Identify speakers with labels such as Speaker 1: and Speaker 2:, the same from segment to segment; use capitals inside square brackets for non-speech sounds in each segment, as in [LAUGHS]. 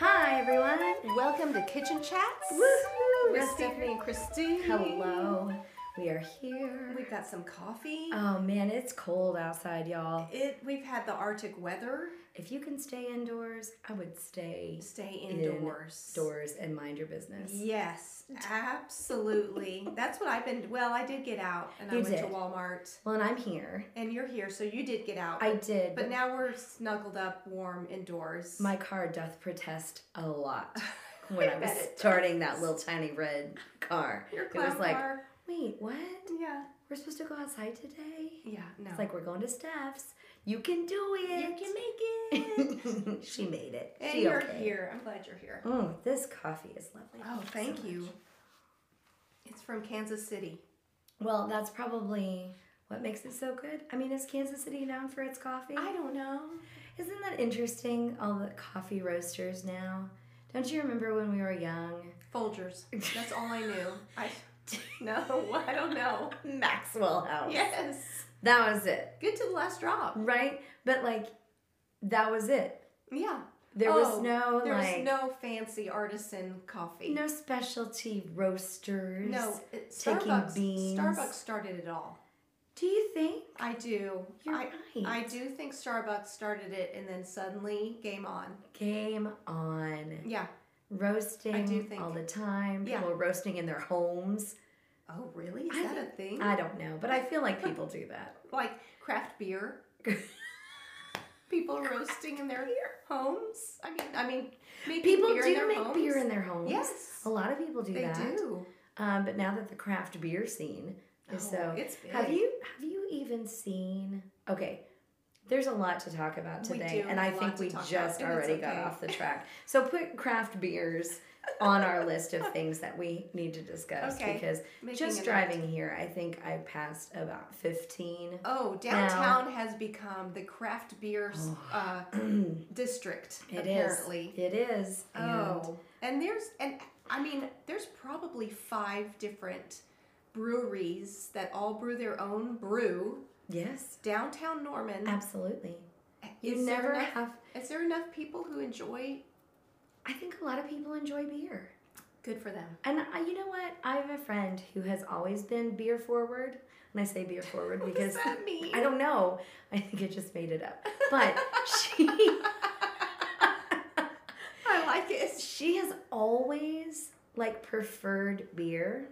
Speaker 1: Hi everyone.
Speaker 2: Welcome to Kitchen Chats.
Speaker 1: Woohoo!
Speaker 2: We're Stephanie and Christine.
Speaker 1: Hello. We are here.
Speaker 2: We've got some coffee.
Speaker 1: Oh man, it's cold outside, y'all.
Speaker 2: It. We've had the Arctic weather.
Speaker 1: If you can stay indoors, I would stay
Speaker 2: Stay indoors.
Speaker 1: doors and mind your business.
Speaker 2: Yes, absolutely. That's what I've been. Well, I did get out and
Speaker 1: You
Speaker 2: I went
Speaker 1: did.
Speaker 2: to Walmart,
Speaker 1: Well, and I'm here.
Speaker 2: and you're here, so you did get out.
Speaker 1: I did,
Speaker 2: But now we're snuggled up, warm indoors.
Speaker 1: my car doth protest a
Speaker 2: [LAUGHS]
Speaker 1: lot when I, was
Speaker 2: bet it
Speaker 1: starting
Speaker 2: does.
Speaker 1: that little tiny red car.
Speaker 2: your
Speaker 1: it was
Speaker 2: clown
Speaker 1: like,
Speaker 2: car.
Speaker 1: wait, what?
Speaker 2: Yeah.
Speaker 1: We're supposed to go outside today?
Speaker 2: Yeah. No.
Speaker 1: It's like we're going to Steph's. You can do
Speaker 2: you
Speaker 1: it.
Speaker 2: can make
Speaker 1: [LAUGHS]
Speaker 2: it.
Speaker 1: she made it.
Speaker 2: [LAUGHS] and
Speaker 1: she
Speaker 2: you're
Speaker 1: okay.
Speaker 2: here. I'm glad you're here.
Speaker 1: Oh, this coffee is lovely.
Speaker 2: Oh,
Speaker 1: so
Speaker 2: thank
Speaker 1: much.
Speaker 2: you. It's from Kansas City.
Speaker 1: Well, that's probably what makes it so good. I mean, is Kansas City known for its coffee?
Speaker 2: I don't know.
Speaker 1: Isn't that interesting? All the coffee roasters now. Don't you remember when we were young?
Speaker 2: Folgers. That's all I knew.
Speaker 1: [LAUGHS]
Speaker 2: I no, [LAUGHS] I don't know.
Speaker 1: Maxwell House.
Speaker 2: Yes.
Speaker 1: That was it,
Speaker 2: Good to the last drop.
Speaker 1: right? But like, that was it.
Speaker 2: Yeah.
Speaker 1: There was
Speaker 2: Oh,
Speaker 1: no
Speaker 2: There was
Speaker 1: like
Speaker 2: no fancy artisan coffee.
Speaker 1: no specialty roasters.
Speaker 2: No, it-
Speaker 1: taking
Speaker 2: Starbucks.
Speaker 1: beans.
Speaker 2: Starbucks started it all.
Speaker 1: Do you think?
Speaker 2: I do.
Speaker 1: You're
Speaker 2: I,
Speaker 1: right.
Speaker 2: I do think Starbucks started it, and then suddenly, game on.
Speaker 1: Game on.
Speaker 2: Yeah.
Speaker 1: Roasting
Speaker 2: think-
Speaker 1: all the time.
Speaker 2: Yeah.
Speaker 1: People roasting in their homes.
Speaker 2: Oh, really? Is
Speaker 1: I
Speaker 2: that a thing?
Speaker 1: I don't know, but I feel like people do that.
Speaker 2: like craft beer. [LAUGHS] People roasting in their homes. I mean, I mean, making
Speaker 1: People
Speaker 2: beer in
Speaker 1: do
Speaker 2: their
Speaker 1: make beer
Speaker 2: homes.
Speaker 1: in their homes.
Speaker 2: Yes.
Speaker 1: A lot of people do
Speaker 2: They
Speaker 1: that.
Speaker 2: do.
Speaker 1: Um, but now that the craft beer scene is
Speaker 2: Oh,
Speaker 1: so
Speaker 2: it's big.
Speaker 1: have you have you even seen okay. There's a lot to talk about
Speaker 2: We
Speaker 1: today,
Speaker 2: do
Speaker 1: and I
Speaker 2: have a lot
Speaker 1: think
Speaker 2: to
Speaker 1: we
Speaker 2: talk about,
Speaker 1: just
Speaker 2: and it's
Speaker 1: already got
Speaker 2: okay.
Speaker 1: off the
Speaker 2: [LAUGHS]
Speaker 1: track. So put craft beers on our list
Speaker 2: [LAUGHS]
Speaker 1: of things that we need to discuss
Speaker 2: Okay.
Speaker 1: because
Speaker 2: Making
Speaker 1: just
Speaker 2: an
Speaker 1: driving here, I think I passed about 15.
Speaker 2: Oh, downtown has become the craft beer s
Speaker 1: [CLEARS THROAT]
Speaker 2: uh, district.
Speaker 1: Oh. It is.
Speaker 2: apparently.
Speaker 1: It is. and-
Speaker 2: Oh, and there's and I mean, there's probably five different breweries that all brew their own brew
Speaker 1: yes,
Speaker 2: downtown Norman.
Speaker 1: absolutely. You
Speaker 2: Is there
Speaker 1: never
Speaker 2: enough-
Speaker 1: have.
Speaker 2: Is there enough people who enjoy?
Speaker 1: I think a lot of people enjoy beer.
Speaker 2: Good for them.
Speaker 1: And I, you know what? I have a friend who has always been beer forward. And I say beer forward
Speaker 2: [LAUGHS] What
Speaker 1: because
Speaker 2: does that mean?
Speaker 1: I don't know. I think I just made it up. But she
Speaker 2: [LAUGHS] I like it.
Speaker 1: she has always like preferred beer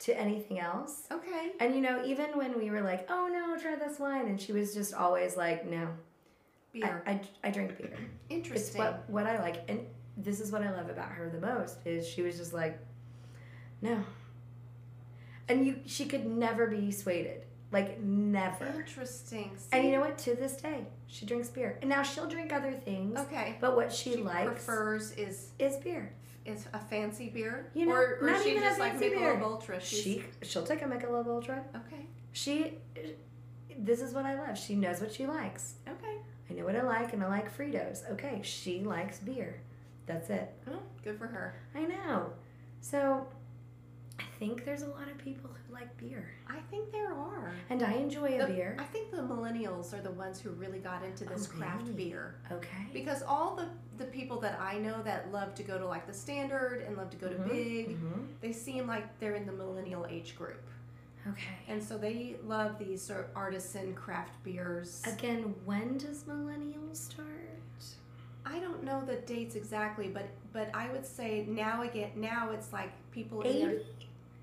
Speaker 1: to anything else.
Speaker 2: Okay.
Speaker 1: And you know, even when we were like, "Oh no, try this wine," and she was just always like, "No, I,
Speaker 2: Beer.
Speaker 1: I, I drink beer. It's
Speaker 2: Interesting.
Speaker 1: what what I like." And this is what I love about her the most is she was just like, "No," and you she could never be swayed, like never.
Speaker 2: Interesting.
Speaker 1: And you
Speaker 2: See?
Speaker 1: know what? To this day, she drinks beer, and now she'll drink other things,
Speaker 2: okay.
Speaker 1: but what she, likes
Speaker 2: prefers is
Speaker 1: is beer.
Speaker 2: is a fancy beer,
Speaker 1: You know,
Speaker 2: or, or
Speaker 1: not
Speaker 2: she
Speaker 1: even a
Speaker 2: just like
Speaker 1: fancy beer.
Speaker 2: Michelob Ultra. She's,
Speaker 1: She she'll take a Michelob Ultra.
Speaker 2: okay,
Speaker 1: She, this is what I love. She knows what she likes.
Speaker 2: okay,
Speaker 1: I know what I like and I like Fritos. Okay, she likes beer. That's it.
Speaker 2: oh, good for her.
Speaker 1: I know. So I think there's a lot of people who like beer.
Speaker 2: I think there are.
Speaker 1: And I enjoy a
Speaker 2: The-
Speaker 1: beer.
Speaker 2: I think the millennials are the ones who really got into this
Speaker 1: Oh,
Speaker 2: craft
Speaker 1: really?
Speaker 2: beer
Speaker 1: Okay.
Speaker 2: because all the the people that I know that love to go to like the Standard and love to go to
Speaker 1: Mhm,
Speaker 2: Big,
Speaker 1: mhm.
Speaker 2: they seem like they're in the millennial age group,
Speaker 1: Okay.
Speaker 2: and so they love these sort of artisan craft beers.
Speaker 1: Again, when does millennials start?
Speaker 2: I don't know the dates exactly, but but I would say now again now it's like people in their
Speaker 1: 80?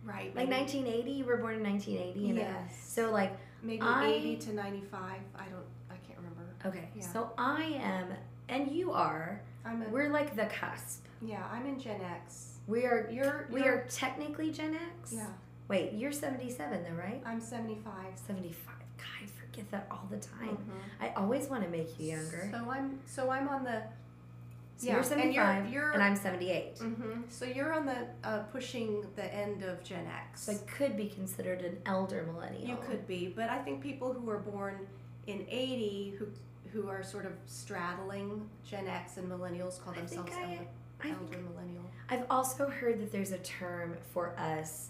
Speaker 2: right
Speaker 1: Like
Speaker 2: maybe-
Speaker 1: 1980? You were born in 1980. you know?
Speaker 2: Yes.
Speaker 1: So, like,
Speaker 2: maybe
Speaker 1: I-
Speaker 2: 80 to 95 i don't i can't remember
Speaker 1: okay.
Speaker 2: Yeah.
Speaker 1: So I am, and you are,
Speaker 2: i'm a
Speaker 1: we're like the cusp.
Speaker 2: yeah i'm in gen x
Speaker 1: We are.
Speaker 2: you're,
Speaker 1: We are
Speaker 2: you're-
Speaker 1: technically Gen X.
Speaker 2: yeah
Speaker 1: Wait, you're 77 though, right?
Speaker 2: i'm 75
Speaker 1: 75. God, I forget that all the time.
Speaker 2: Mhm.
Speaker 1: I always want to make you younger.
Speaker 2: so i'm so i'm on the
Speaker 1: So
Speaker 2: yeah
Speaker 1: you're 75 and,
Speaker 2: and you're, you're
Speaker 1: I'm 78.
Speaker 2: hmm so you're on the uh, pushing the end of gen x
Speaker 1: So I could be considered an elder millennial.
Speaker 2: you could be but i think people who are born in 80 who who are sort of straddling gen x and millennials call
Speaker 1: I think
Speaker 2: themselves
Speaker 1: I-
Speaker 2: elder,
Speaker 1: I
Speaker 2: elder
Speaker 1: think
Speaker 2: millennial
Speaker 1: I've also heard that there's a term for us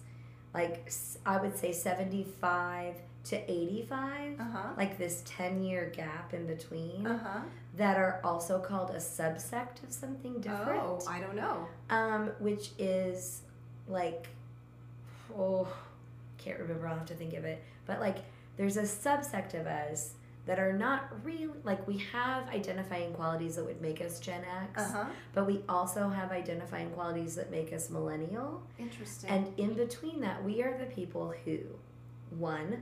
Speaker 1: like s- I would say 75 to 85,
Speaker 2: Uh huh.
Speaker 1: like this 10 year gap in between,
Speaker 2: Uh huh.
Speaker 1: that are also called a subsect of something different,
Speaker 2: Oh, I don't know.
Speaker 1: um, which is like, oh, can't remember, I'll have to think of it, but like there's a subsect of us that are not real, like we have identifying qualities that would make us Gen X,
Speaker 2: Uh huh.
Speaker 1: but we also have identifying qualities that make us millennial.
Speaker 2: Interesting.
Speaker 1: And um, in between that, we are the people who, one,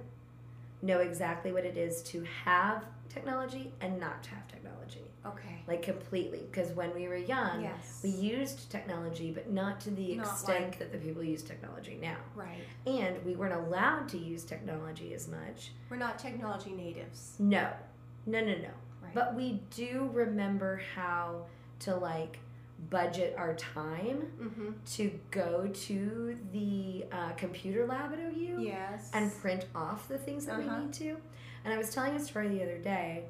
Speaker 1: know exactly what it is to have technology and not to have technology,
Speaker 2: okay.
Speaker 1: like completely. Because when we were young,
Speaker 2: yes.
Speaker 1: we used technology, but not to the
Speaker 2: Not
Speaker 1: extent
Speaker 2: like-
Speaker 1: that the people use technology now.
Speaker 2: right.
Speaker 1: And we weren't allowed to use technology as much.
Speaker 2: We're not technology natives.
Speaker 1: No, no, no, no.
Speaker 2: Right.
Speaker 1: But we do remember how to like budget our time
Speaker 2: mm-hmm.
Speaker 1: to go to the uh, computer lab at OU.
Speaker 2: Yes.
Speaker 1: and print off the things that
Speaker 2: Uh-huh.
Speaker 1: we need to. And I was telling a story the other day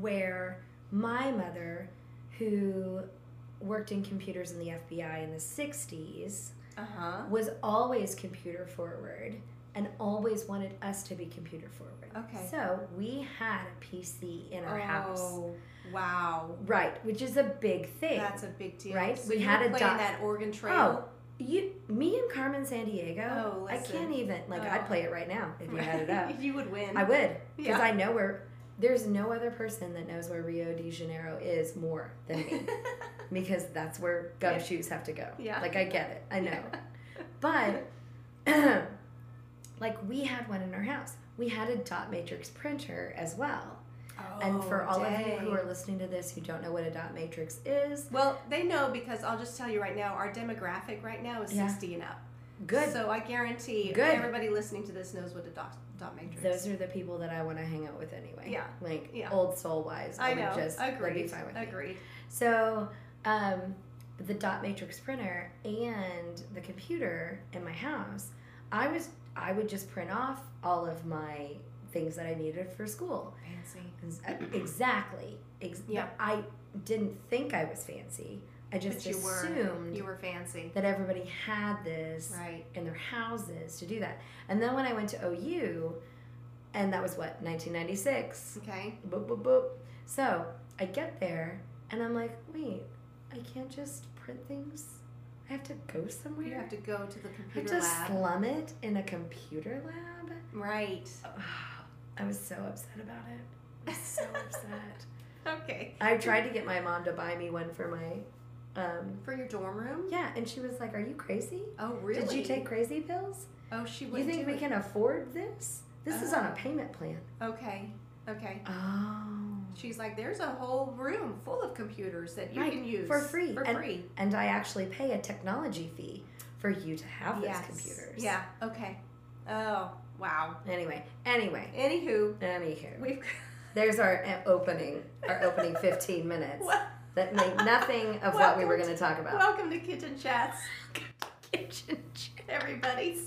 Speaker 1: where my mother, who worked in computers in the FBI in the 60s,
Speaker 2: uh huh.
Speaker 1: was always computer forward and always wanted us to be computer forward.
Speaker 2: Okay.
Speaker 1: So we had a PC in our house.
Speaker 2: Oh, Wow.
Speaker 1: Right, which is a big thing.
Speaker 2: That's a big deal.
Speaker 1: Right?
Speaker 2: So
Speaker 1: We
Speaker 2: you
Speaker 1: had
Speaker 2: were
Speaker 1: a Oh,
Speaker 2: playing
Speaker 1: doc-
Speaker 2: that Oregon Trail.
Speaker 1: you me and Carmen San Diego.
Speaker 2: Oh,
Speaker 1: I
Speaker 2: listen.
Speaker 1: can't even like
Speaker 2: Oh.
Speaker 1: I'd play it right now if you had it
Speaker 2: [LAUGHS]
Speaker 1: up.
Speaker 2: you would win.
Speaker 1: I would.
Speaker 2: yeah.
Speaker 1: Because I know where, there's no other person that knows where Rio de Janeiro is more than me.
Speaker 2: [LAUGHS]
Speaker 1: because that's where gumshoes have to go.
Speaker 2: Yeah.
Speaker 1: Like, I get it. I know.
Speaker 2: [LAUGHS]
Speaker 1: But, [CLEARS THROAT] like, we had one in our house. We had a dot matrix printer as well. and for
Speaker 2: Oh,
Speaker 1: all of you
Speaker 2: dang.
Speaker 1: who are listening to this who don't know what a dot matrix is,
Speaker 2: well, they know because I'll just tell you right now, our demographic right now is
Speaker 1: Yeah.
Speaker 2: 60 and up.
Speaker 1: good.
Speaker 2: So I guarantee
Speaker 1: Good.
Speaker 2: everybody listening to this knows what a dot, dot matrix.
Speaker 1: Those are the people that I want to hang out with anyway.
Speaker 2: Yeah.
Speaker 1: Like,
Speaker 2: Yeah.
Speaker 1: old soul wise. I,
Speaker 2: I
Speaker 1: would
Speaker 2: know.
Speaker 1: just, that'd be
Speaker 2: agreed.
Speaker 1: fine with me.
Speaker 2: Agreed.
Speaker 1: So, um, the dot matrix printer and the computer in my house, I was I would just print off all of my things that I needed for school.
Speaker 2: Fancy.
Speaker 1: Ex- Exactly. Ex-
Speaker 2: Yeah.
Speaker 1: I didn't think I was fancy. I just
Speaker 2: But you were.
Speaker 1: assumed
Speaker 2: You were fancy.
Speaker 1: that everybody had this
Speaker 2: Right.
Speaker 1: in their houses to do that. And then when I went to OU, and that was what 1996
Speaker 2: Okay.
Speaker 1: boop boop boop. So I get there and I'm like, wait, I can't just print things. I have to go
Speaker 2: You
Speaker 1: somewhere.
Speaker 2: have to go to the
Speaker 1: I have
Speaker 2: computer
Speaker 1: to
Speaker 2: lab.
Speaker 1: slum it in a computer lab.
Speaker 2: right.
Speaker 1: Ah, I was so upset about it. I was [LAUGHS] so upset.
Speaker 2: [LAUGHS] Okay.
Speaker 1: I tried to get my mom to buy me one for my, um,
Speaker 2: For your dorm room?
Speaker 1: yeah, and she was like, "Are you crazy?
Speaker 2: Oh, really?
Speaker 1: Did you take crazy pills?
Speaker 2: Oh, she
Speaker 1: You
Speaker 2: would
Speaker 1: think
Speaker 2: do
Speaker 1: we
Speaker 2: it.
Speaker 1: can afford this? This is on a payment plan."
Speaker 2: Okay. Okay.
Speaker 1: Oh.
Speaker 2: She's like, there's a whole room full of computers that you
Speaker 1: Right,
Speaker 2: can use
Speaker 1: for free,
Speaker 2: For
Speaker 1: and
Speaker 2: free.
Speaker 1: and I actually pay a technology fee for you to have
Speaker 2: Yes.
Speaker 1: those computers.
Speaker 2: Yeah. Okay. Oh, wow.
Speaker 1: Anyway, anyway,
Speaker 2: Anywho,
Speaker 1: anywho,
Speaker 2: we've [LAUGHS]
Speaker 1: there's our uh, opening, our [LAUGHS] opening 15 minutes
Speaker 2: Wel-
Speaker 1: [LAUGHS] that make nothing of what we were going to talk about.
Speaker 2: welcome to Kitchen Chats,
Speaker 1: Kitchen chair.
Speaker 2: everybody.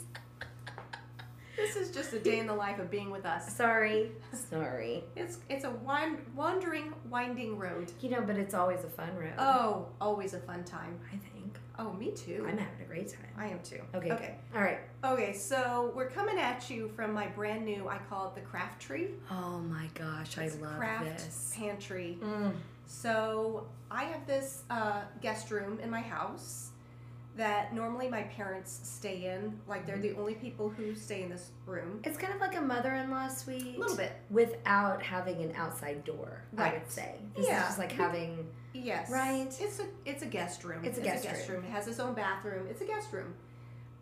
Speaker 2: This is just a day in the life of being with us.
Speaker 1: Sorry, sorry.
Speaker 2: It's it's a wind, wandering, winding road.
Speaker 1: You know, but it's always a fun road.
Speaker 2: Oh, always a fun time.
Speaker 1: I think
Speaker 2: Oh, me too.
Speaker 1: I'm having a great time.
Speaker 2: I am too.
Speaker 1: Okay.
Speaker 2: Okay.
Speaker 1: All right.
Speaker 2: Okay, so we're coming at you from my brand new, I call it the Craft Tree.
Speaker 1: Oh my gosh, I
Speaker 2: It's
Speaker 1: love
Speaker 2: craft
Speaker 1: this.
Speaker 2: Pantry.
Speaker 1: Mm.
Speaker 2: So I have this uh, guest room in my house that normally my parents stay in. Like they're
Speaker 1: Mm-hmm.
Speaker 2: the only people who stay in this room.
Speaker 1: It's kind of like a mother-in-law suite
Speaker 2: A little bit,
Speaker 1: without having an outside door. I
Speaker 2: Right.
Speaker 1: would say this
Speaker 2: Yeah.
Speaker 1: is just like having
Speaker 2: yes.
Speaker 1: Right.
Speaker 2: It's a it's a guest room.
Speaker 1: It's a guest
Speaker 2: room. It has its own bathroom. It's a guest room.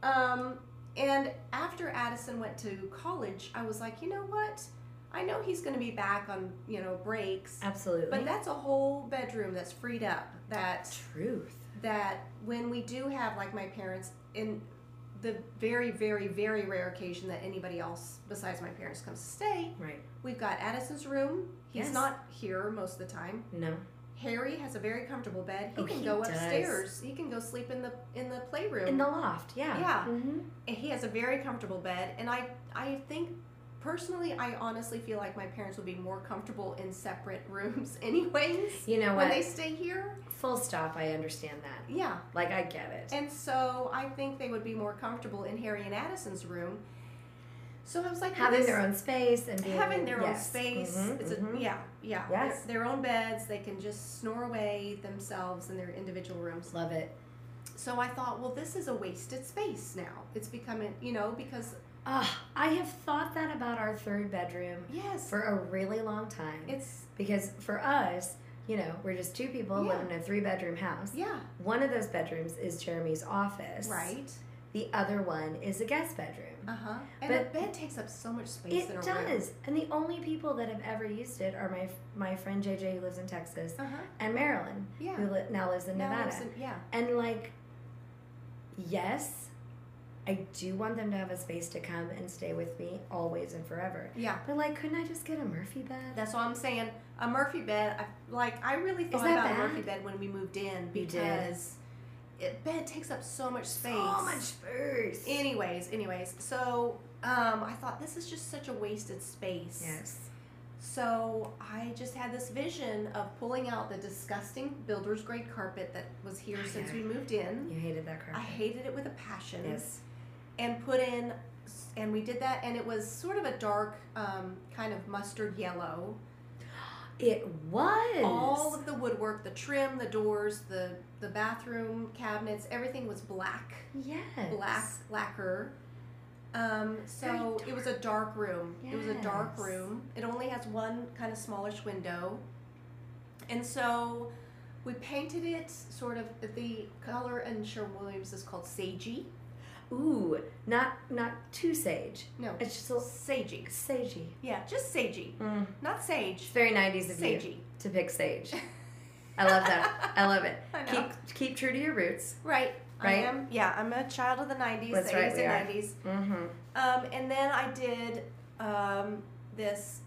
Speaker 2: Um, and after Addison went to college, I was like, you know what? I know he's going to be back on you know breaks,
Speaker 1: absolutely
Speaker 2: but that's a whole bedroom that's freed up. That
Speaker 1: truth.
Speaker 2: that when we do have like my parents in the very very very rare occasion that anybody else besides my parents comes to stay
Speaker 1: Right.
Speaker 2: we've got addison's room he's
Speaker 1: Yes.
Speaker 2: not here most of the time
Speaker 1: No.
Speaker 2: harry has a very comfortable bed he
Speaker 1: Oh,
Speaker 2: can
Speaker 1: he
Speaker 2: go
Speaker 1: does.
Speaker 2: upstairs he can go sleep in the in the playroom
Speaker 1: In the loft, yeah.
Speaker 2: Yeah.
Speaker 1: Mm-hmm.
Speaker 2: and he has a very comfortable bed and i i think personally, I honestly feel like my parents would be more comfortable in separate [LAUGHS] rooms, anyways.
Speaker 1: You know what?
Speaker 2: When they stay here,
Speaker 1: Full stop. I understand that.
Speaker 2: yeah.
Speaker 1: Like I get it.
Speaker 2: And so I think they would be more comfortable in Harry and Addison's room. So I was like,
Speaker 1: having
Speaker 2: this-
Speaker 1: their own space and being
Speaker 2: having their own
Speaker 1: yes.
Speaker 2: space.
Speaker 1: Mhm,
Speaker 2: it's
Speaker 1: mhm.
Speaker 2: a, yeah, yeah.
Speaker 1: Yes.
Speaker 2: Their, their own beds. They can just snore away themselves in their individual rooms.
Speaker 1: Love it.
Speaker 2: So I thought, well, this is a wasted space now. It's becoming, you know, because
Speaker 1: Ah, I have thought that about our third bedroom
Speaker 2: yes,
Speaker 1: for a really long time.
Speaker 2: it's
Speaker 1: because for us, you know, we're just two people
Speaker 2: Yeah.
Speaker 1: living in a three bedroom house.
Speaker 2: yeah,
Speaker 1: One of those bedrooms is Jeremy's office.
Speaker 2: right.
Speaker 1: The other one is a guest bedroom.
Speaker 2: Uh huh. And
Speaker 1: But-
Speaker 2: a bed takes up so much space. in a
Speaker 1: It
Speaker 2: Room.
Speaker 1: does. And the only people that have ever used it are my my friend JJ who lives in Texas
Speaker 2: Uh huh.
Speaker 1: and Marilyn
Speaker 2: Yeah.
Speaker 1: who li- now lives in
Speaker 2: Now
Speaker 1: Nevada.
Speaker 2: it's in- yeah.
Speaker 1: and like yes, I do want them to have a space to come and stay with me always and forever.
Speaker 2: Yeah.
Speaker 1: But like couldn't I just get a Murphy bed?
Speaker 2: That's what I'm saying. A Murphy bed, I, like I really thought
Speaker 1: that
Speaker 2: about a
Speaker 1: bad?
Speaker 2: Murphy bed when we moved in
Speaker 1: You did.
Speaker 2: because it, bed takes up so much space.
Speaker 1: So much space.
Speaker 2: Anyways, anyways, so um, I thought this is just such a wasted space.
Speaker 1: yes.
Speaker 2: So I just had this vision of pulling out the disgusting builder's grade carpet that was here
Speaker 1: Oh,
Speaker 2: since
Speaker 1: yeah.
Speaker 2: we moved in.
Speaker 1: You hated that carpet.
Speaker 2: I hated it with a passion.
Speaker 1: Yes.
Speaker 2: And put in, and we did that, and it was sort of a dark, um, kind of mustard yellow.
Speaker 1: It was.
Speaker 2: all of the woodwork the trim the doors the the bathroom cabinets everything was black
Speaker 1: yes.
Speaker 2: black lacquer um, so
Speaker 1: Very
Speaker 2: it was a dark room it was a dark
Speaker 1: Yes.
Speaker 2: room it only has one kind of smallish window and so we painted it sort of the color in sherwin williams is called sagey
Speaker 1: Ooh, not not too sage.
Speaker 2: no
Speaker 1: It's just a little
Speaker 2: sagey
Speaker 1: sagey.
Speaker 2: yeah just sagey
Speaker 1: Mm.
Speaker 2: not
Speaker 1: It's
Speaker 2: sage
Speaker 1: very 90s of you
Speaker 2: sagey
Speaker 1: to pick sage. I love that. I love it.
Speaker 2: [LAUGHS] I know.
Speaker 1: Keep keep true to your roots.
Speaker 2: right I
Speaker 1: Right?
Speaker 2: am. Yeah, I'm a child of the 90s,
Speaker 1: That's
Speaker 2: 80s,
Speaker 1: right, we are.
Speaker 2: and 90s.
Speaker 1: Mm-hmm.
Speaker 2: Um, and then I did um, this,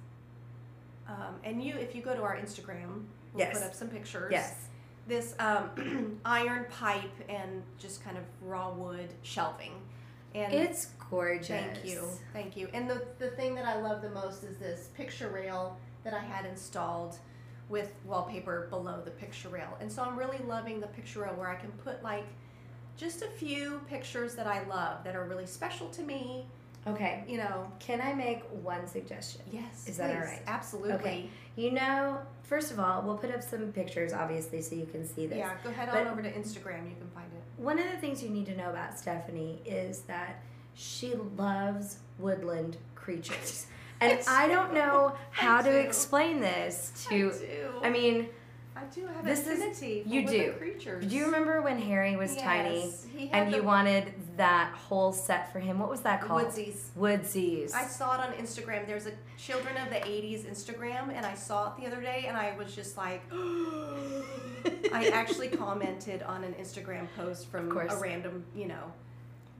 Speaker 2: um, and you, if you go to our Instagram, we'll
Speaker 1: Yes.
Speaker 2: put up some pictures.
Speaker 1: Yes.
Speaker 2: This um, [CLEARS THROAT] iron pipe and just kind of raw wood shelving. And
Speaker 1: It's gorgeous.
Speaker 2: thank you. Thank you. And the, the thing that I love the most is this picture rail that I had installed with wallpaper below the picture rail. And so I'm really loving the picture rail where I can put like just a few pictures that I love that are really special to me,
Speaker 1: Okay.
Speaker 2: you know.
Speaker 1: Can I make one suggestion?
Speaker 2: Yes.
Speaker 1: Is that all
Speaker 2: please.
Speaker 1: right?
Speaker 2: Absolutely.
Speaker 1: Okay. You know, first of all, we'll put up some pictures obviously so you can see this.
Speaker 2: Yeah, go head
Speaker 1: But-
Speaker 2: on over to Instagram. You can find it.
Speaker 1: One of the things you need to know about Stephanie is that she loves woodland
Speaker 2: [LAUGHS]
Speaker 1: creatures. And
Speaker 2: It's-
Speaker 1: I don't
Speaker 2: [LAUGHS]
Speaker 1: know how to
Speaker 2: do.
Speaker 1: explain this to. I mean,
Speaker 2: I do have
Speaker 1: this is-
Speaker 2: affinity. for
Speaker 1: you
Speaker 2: woodland
Speaker 1: do.
Speaker 2: Creatures.
Speaker 1: do you remember when Harry was tiny and you wanted that whole set for him? What was that called?
Speaker 2: Woodsies.
Speaker 1: Woodsies.
Speaker 2: I saw it on Instagram. There's a Children of the 80s Instagram, and I saw it the other day, and I was just like, [GASPS] I
Speaker 1: [LAUGHS]
Speaker 2: actually commented on an Instagram post from
Speaker 1: Of course.
Speaker 2: a random, you know,